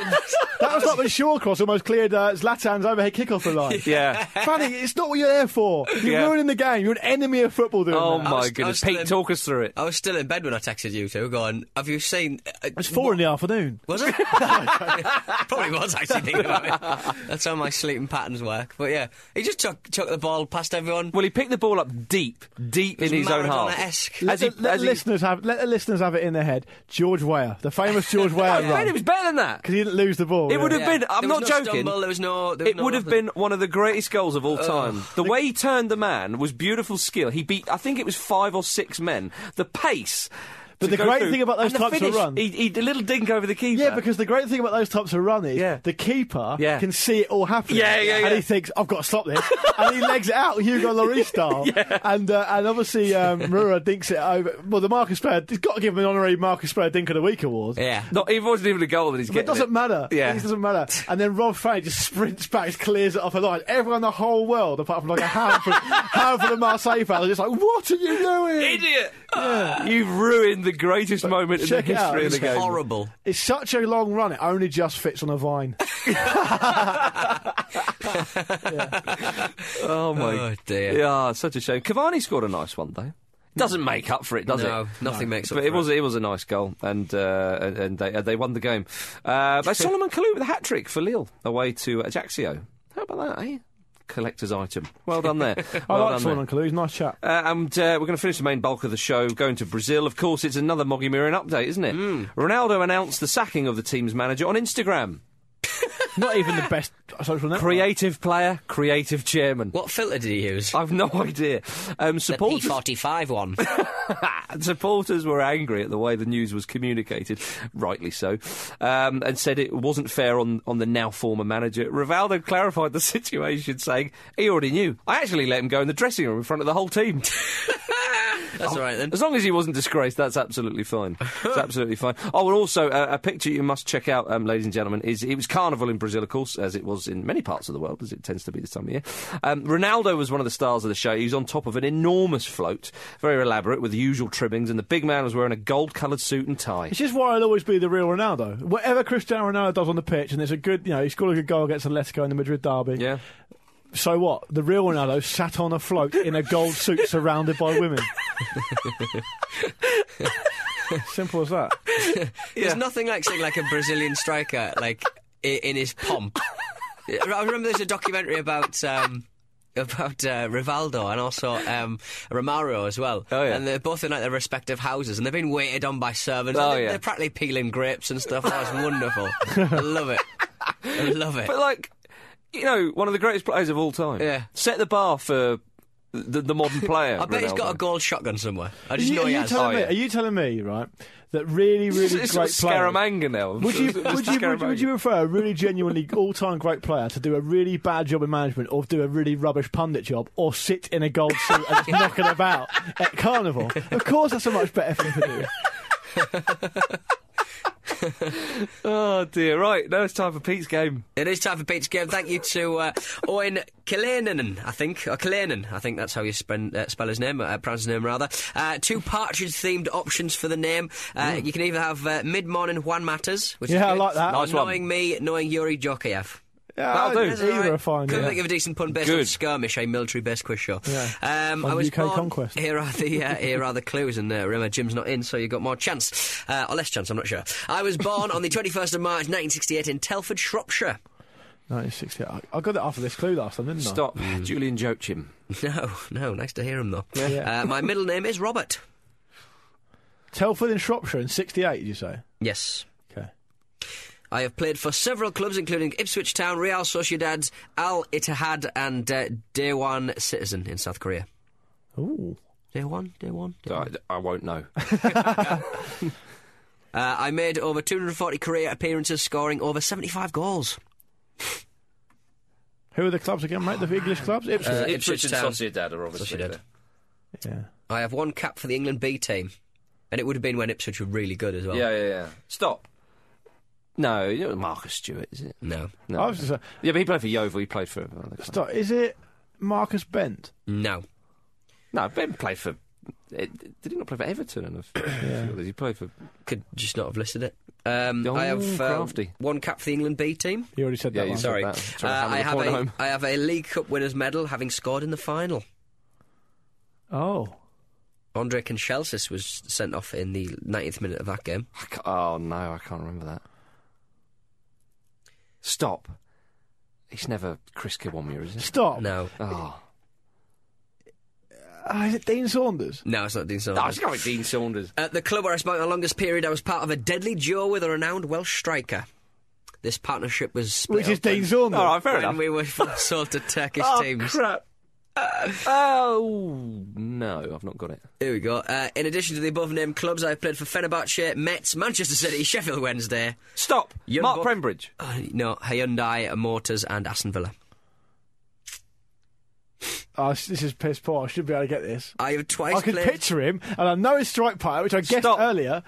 S4: that was like when Shawcross almost cleared uh, Zlatan's overhead kick off the line.
S2: yeah.
S4: Fanny, it's not what you're there for. You're
S2: Yeah.
S4: ruining the game. You're an enemy of football doing
S2: Oh
S4: that.
S2: my
S3: was- I was
S2: goodness.
S3: still
S2: Pete,
S3: in-
S2: talk us through it.
S3: I was still in bed when I texted you two, going, "Have you seen?" uh,
S4: It's four in the afternoon.
S3: Was it? Probably was actually thinking about it. That's how my sleeping patterns work. But yeah, he just chuck chucked the ball past everyone.
S2: Well, he picked the ball up deep, deep in his own half.
S3: Maradona-esque.
S2: As
S4: Let,
S2: he,
S4: the, let
S2: as he-
S4: listeners have, let the listeners have it in their head. George Weah, the famous George
S2: I
S4: Weah
S2: bet it
S4: run.
S2: was better than that.
S4: Because he didn't lose the ball.
S2: It would have
S3: Yeah.
S2: been. I'm
S3: There
S2: not
S3: was no
S2: joking.
S3: stumble, there was no- there was
S2: it
S3: no
S2: would have
S3: nothing.
S2: been one of the greatest goals of all time. The way he turned the man was beautiful skill. He beat. I think it was five or six men. The pace.
S4: But
S2: to
S4: the
S2: go
S4: great
S2: through-
S4: thing about
S2: and
S4: those
S2: the
S4: types of
S2: finish,
S4: runs-
S2: he, he did a little dink over the keeper.
S4: Yeah, because the great thing about those types of run is
S2: Yeah.
S4: the keeper
S2: Yeah.
S4: can see it all happening.
S2: Yeah, yeah,
S4: And
S2: yeah.
S4: he thinks, I've got to stop this. and he legs it out, Hugo Lloris style. And uh, and obviously, um, Rura dinks it over. Well, the Marcus Player, he's got to give him an honorary Marcus Player Dink of the Week award.
S3: Yeah.
S2: not it wasn't even a goal that he's
S4: But
S2: getting.
S4: it doesn't matter.
S2: Yeah.
S4: It doesn't matter. And then Rob Fanny just sprints back, clears it off the line. Everyone in the whole world, apart from like a handful, handful of Marseille fans, are just like, what are you doing?
S2: Idiot! You've ruined the greatest moment in the
S4: check it
S2: history
S4: out.
S2: of the
S4: It's
S2: game.
S3: horrible.
S4: It's such a long run, it only just fits on a vine.
S2: Oh my
S3: Oh, dear.
S2: Yeah, such a shame. Cavani scored a nice one though. Doesn't make up for it, does
S3: No,
S2: it?
S3: nothing makes up.
S2: But it
S3: for
S2: was it was a nice goal, and uh, and- and they uh, they won the game. Uh, but Solomon Kalou with a hat trick for Lille away to Ajaccio. How about that? Eh? collector's item. Well done there.
S4: I
S2: well done
S4: like
S2: there.
S4: Sean Uncle He's a nice chap.
S2: Uh, and uh, we're going to finish the main bulk of the show going to Brazil. Of course, it's another Moggy Mirren update, isn't it? Ronaldo announced the sacking of the team's manager on Instagram.
S4: Not even the best social network.
S2: Creative player, creative chairman.
S3: What filter did he use?
S2: I've no idea. Um,
S3: the
S2: supporters,
S3: P45 one.
S2: supporters were angry at the way the news was communicated, rightly so, um, and said it wasn't fair on, on the now former manager. Rivaldo clarified the situation, saying, He already knew. I actually let him go in the dressing room in front of the whole team.
S3: That's all right then.
S2: As long as he wasn't disgraced, that's absolutely fine. It's absolutely fine. Oh, and also uh, a picture you must check out, um, ladies and gentlemen, is it was Carnival in Brazil, of course, as it was in many parts of the world, as it tends to be this time of year. Um, Ronaldo was one of the stars of the show. He was on top of an enormous float, very elaborate, with the usual trimmings, and the big man was wearing a gold-coloured suit and tie.
S4: It's just why I'll always be the real Ronaldo. Whatever Cristiano Ronaldo does on the pitch, and there's a good, you know, he scored a good goal against Atletico in the Madrid derby.
S2: Yeah.
S4: So what? The real Ronaldo sat on a float in a gold suit surrounded by women. Simple as that.
S3: There's nothing like seeing like a Brazilian striker like i- in his pomp. I remember there's a documentary about um, about uh, Rivaldo and also um, Romario as well.
S2: Oh, yeah.
S3: And they're both in like their respective houses and they've been waited on by servants.
S2: Oh,
S3: and they're,
S2: yeah.
S3: they're practically peeling grapes and stuff. That was wonderful. I love it. I love it.
S2: But, like, you know, one of the greatest players of all time.
S3: Yeah.
S2: Set the bar for the, the modern player.
S3: I bet he's got a
S2: Ronaldo.
S3: gold shotgun somewhere. I
S4: Are
S3: just
S4: you,
S3: know
S4: are
S3: he
S4: you
S3: has.
S4: telling
S2: Oh,
S4: me?
S2: yeah.
S4: Are you telling me right that really, really
S2: It's, it's
S4: great
S2: sort of
S4: players?
S2: Scaramanga now.
S4: Would you, would, you, would, you- would
S2: Scaramanga.
S4: you prefer a really genuinely all time great player to do a really bad job in management or do a really rubbish pundit job or sit in a gold suit and just knocking about at Carnival? Of course, that's a much better thing to do.
S2: Oh dear, right, now it's time for Pete's game.
S3: It is time for Pete's game. Thank you to uh, Owen Kalanen, I think, or Kalanen, I think that's how you spend, uh, spell his name, uh, pronounce his name rather. Uh, two partridge-themed options for the name. Uh, You can either have uh, mid-morning Juan Matters, which is
S4: Mm. Yeah, I
S3: good,
S4: like that.
S3: or
S2: Nice one.
S3: knowing me, knowing Yuri Jokayev.
S2: That'll do.
S3: That's
S4: Either
S3: all right.
S4: are fine.
S3: Couldn't
S4: yeah.
S3: think of a decent pun based on
S2: Good.
S3: skirmish, a military-based quiz show.
S4: Yeah.
S3: Um,
S4: On
S3: I was
S4: UK
S3: born-
S4: conquest.
S3: Here are the uh, here are the clues, and uh, remember Jim's not in, so you have got more chance uh, or less chance. I'm not sure. I was born on the 21st of March 1968 in Telford, Shropshire.
S4: 1960. I, I got that after this clue last time, didn't I?
S2: Stop. Julian joked him.
S3: No, no, nice to hear him though.
S4: Yeah.
S3: Uh, my middle name is Robert.
S4: Telford in Shropshire in 68, did you say?
S3: Yes.
S4: Okay.
S3: I have played for several clubs, including Ipswich Town, Real Sociedad, Al Ittihad, and uh, Daewon Citizen in South Korea.
S4: Ooh.
S3: Daewon? Daewon?
S2: I, I won't know.
S3: Uh, I made over 240 career appearances, scoring over 75 goals.
S4: Who are the clubs again, mate? The
S2: Uh,
S4: English clubs? Ipswich.
S3: Ipswich and Town.
S2: Sociedad are obviously
S3: Sociedad.
S2: there.
S4: yeah.
S3: I have one cap for the England B team. And it would have been when Ipswich were really good as well.
S2: Yeah, yeah, yeah. Stop. No, you know Marcus Stewart, is it?
S3: No.
S2: No.
S4: I was just, uh,
S2: Yeah, but he played for Yeovil. He played for. other clubs.
S4: stop. Is it Marcus Bent?
S3: No.
S2: No, Ben played for. eh, Did he not play for Everton? And a few others? He played for.
S3: Could just not have listed it. Um,
S2: Oh,
S3: I have
S2: crafty.
S3: one cap for the England B team.
S4: You already said
S2: Yeah,
S4: that
S2: you
S4: one.
S2: said-
S3: Sorry.
S2: that.
S3: Uh,
S2: Trying to hammer
S3: I,
S2: the
S3: have
S2: point
S3: a,
S2: home.
S3: I have a League Cup winner's medal having scored in the final.
S4: Oh.
S3: Andre Conchelsis was sent off in the 90th minute of that game.
S2: I ca- oh no, I can't remember that. Stop. He's never Chris Kiwamia, is he?
S4: Stop.
S3: No.
S2: Oh.
S4: Uh, is it Dean Saunders?
S3: No, it's not Dean
S2: No,
S3: Saunders.
S2: it's got to be Dean Saunders.
S3: At the club where I spent the longest period, I was part of a deadly duo with a renowned Welsh striker. This partnership was split
S4: Which is
S3: up when-
S4: Dean Saunders.
S2: All right, fair
S3: when
S2: enough.
S3: we were sold to Turkish teams.
S2: Oh, crap. oh, Uh, no, I've not got it.
S3: Here we go. Uh, in addition to the above named clubs, I've played for Fenerbahce, Mets, Manchester City, Sheffield Wednesday,
S2: Stop.
S3: Young
S2: Mark
S3: Buck-
S2: Prembridge.
S3: uh, no, Hyundai, Motors, and Aston Villa.
S4: Oh, this this is piss poor. I should be able to get this.
S3: I have twice
S4: I can
S3: played.
S4: picture him, and I know his strike power, which I guessed
S2: Stop.
S4: earlier.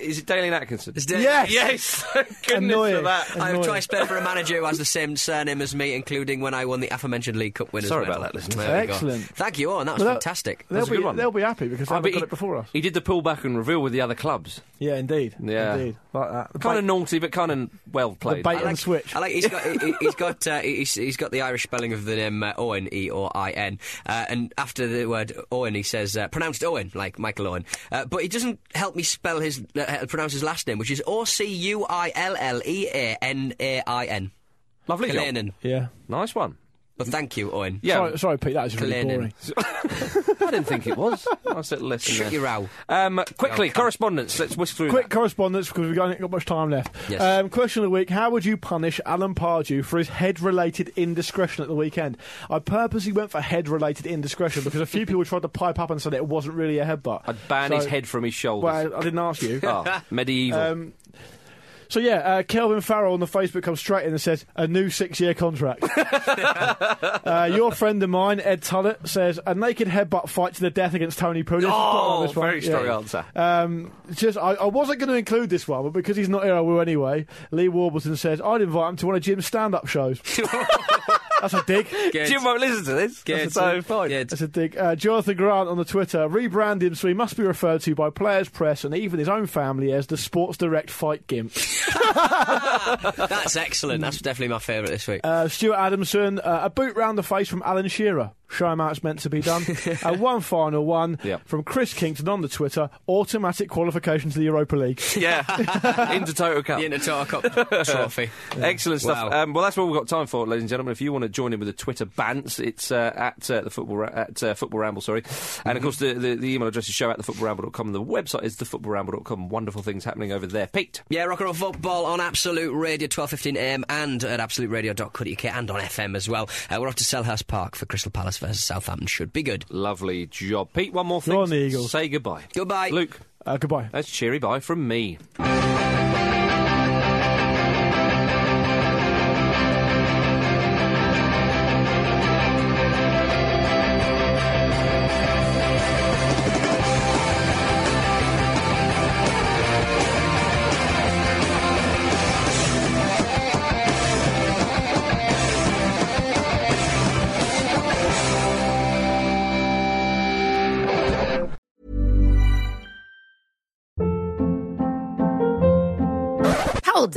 S2: Is it Dalian Atkinson?
S3: It's dead.
S4: Yes!
S2: Yes, goodness for
S4: Annoying.
S2: that.
S4: Annoying.
S3: I have twice played for a manager who has the same surname as me, including when I won the aforementioned League Cup winners.
S2: Sorry
S3: medal.
S2: about that, listeners.
S3: There we go.
S4: Excellent.
S3: Thank you all, and that was
S4: Well, that-
S3: fantastic.
S4: They'll
S2: was a
S4: be,
S2: good one.
S4: they'll be happy because they
S2: Oh,
S4: haven't
S2: but
S4: got
S2: he-
S4: it before us.
S2: He did the pull back and reveal with the other clubs.
S4: Yeah, indeed.
S2: Yeah.
S4: Indeed. Like that. The
S2: Kind of
S4: bait-
S2: naughty, but kind of well played.
S4: bait
S2: I
S4: and
S2: like-
S4: switch.
S3: I like he's got he, he's got uh, he's, he's got the Irish spelling of the name uh, Owen E O I N, uh, and after the word Owen, he says uh, pronounced Owen like Michael Owen, uh, but he doesn't help me spell his uh, pronounce his last name, which is O C U I L L E A N A I N.
S2: Lovely job.
S3: Kalanen.
S4: Yeah.
S2: Nice one.
S3: But thank you, Owen.
S2: Yeah.
S4: Sorry, sorry, Pete, that is really
S3: Kalinin.
S4: boring.
S2: I didn't think it was. Nice little listen.
S3: Shut
S2: there.
S3: your owl.
S2: Um, quickly, correspondence. Let's whisk through.
S4: Quick
S2: that.
S4: correspondence because we've got- not got much time left.
S3: Yes.
S4: Um, question of the week: How would you punish Alan Pardew for his head-related indiscretion at the weekend? I purposely went for head-related indiscretion because a few people tried to pipe up and said it wasn't really a headbutt.
S2: I'd ban
S4: So-
S2: his head from his shoulders.
S4: Well, I didn't ask you.
S2: Ah, medieval.
S4: Um, so yeah, uh, Kelvin Farrell on the Facebook comes straight in and says a new six-year contract. uh, your friend of mine, Ed Tullett, says a naked headbutt fight to the death against Tony Pulis.
S2: oh,
S4: This one,
S2: very strong
S4: yeah.
S2: answer.
S4: Um, just I, I wasn't going to include this one, but because he's not here, I will anyway. Lee Warburton says I'd invite him to one of Jim's stand-up shows. That's a dig.
S2: Jim won't listen to this.
S3: Good.
S2: So fine.
S3: Good.
S4: That's a dig. Uh, Jonathan Grant on the Twitter rebrand him so he must be referred to by players, press, and even his own family as the Sports Direct Fight Gimp.
S3: That's excellent. That's definitely my favourite this week.
S4: Uh, Stuart Adamson, uh, a boot round the face from Alan Shearer. Show him how it's meant to be done. uh, one final one
S2: Yep.
S4: from Chris Kington on the Twitter. Automatic qualification to the Europa League.
S2: Yeah. Into Total Cup.
S3: the Intertoto Cup trophy.
S2: Excellent stuff.
S3: Wow.
S2: Um, well, that's what we've got time for, ladies and gentlemen. If you want to join in with the Twitter bants, it's uh, at uh, the football ra- at uh, football ramble. Sorry, and
S3: Mm-hmm.
S2: of course the, the, the email address is show at the football ramble.com. and The website is thefootballramble.com. Wonderful things happening over there, Pete.
S3: Yeah, rock and roll football on Absolute Radio, 12.15am and at absoluteradio.co.uk and on FM as well. Uh, we're off to Selhurst Park for Crystal Palace versus Southampton. Should be good.
S2: Lovely job, Pete. One more thing.
S4: on the Eagles.
S2: Say goodbye.
S3: Goodbye.
S2: Luke.
S4: Uh, goodbye.
S2: That's cheery bye from me.
S5: Hold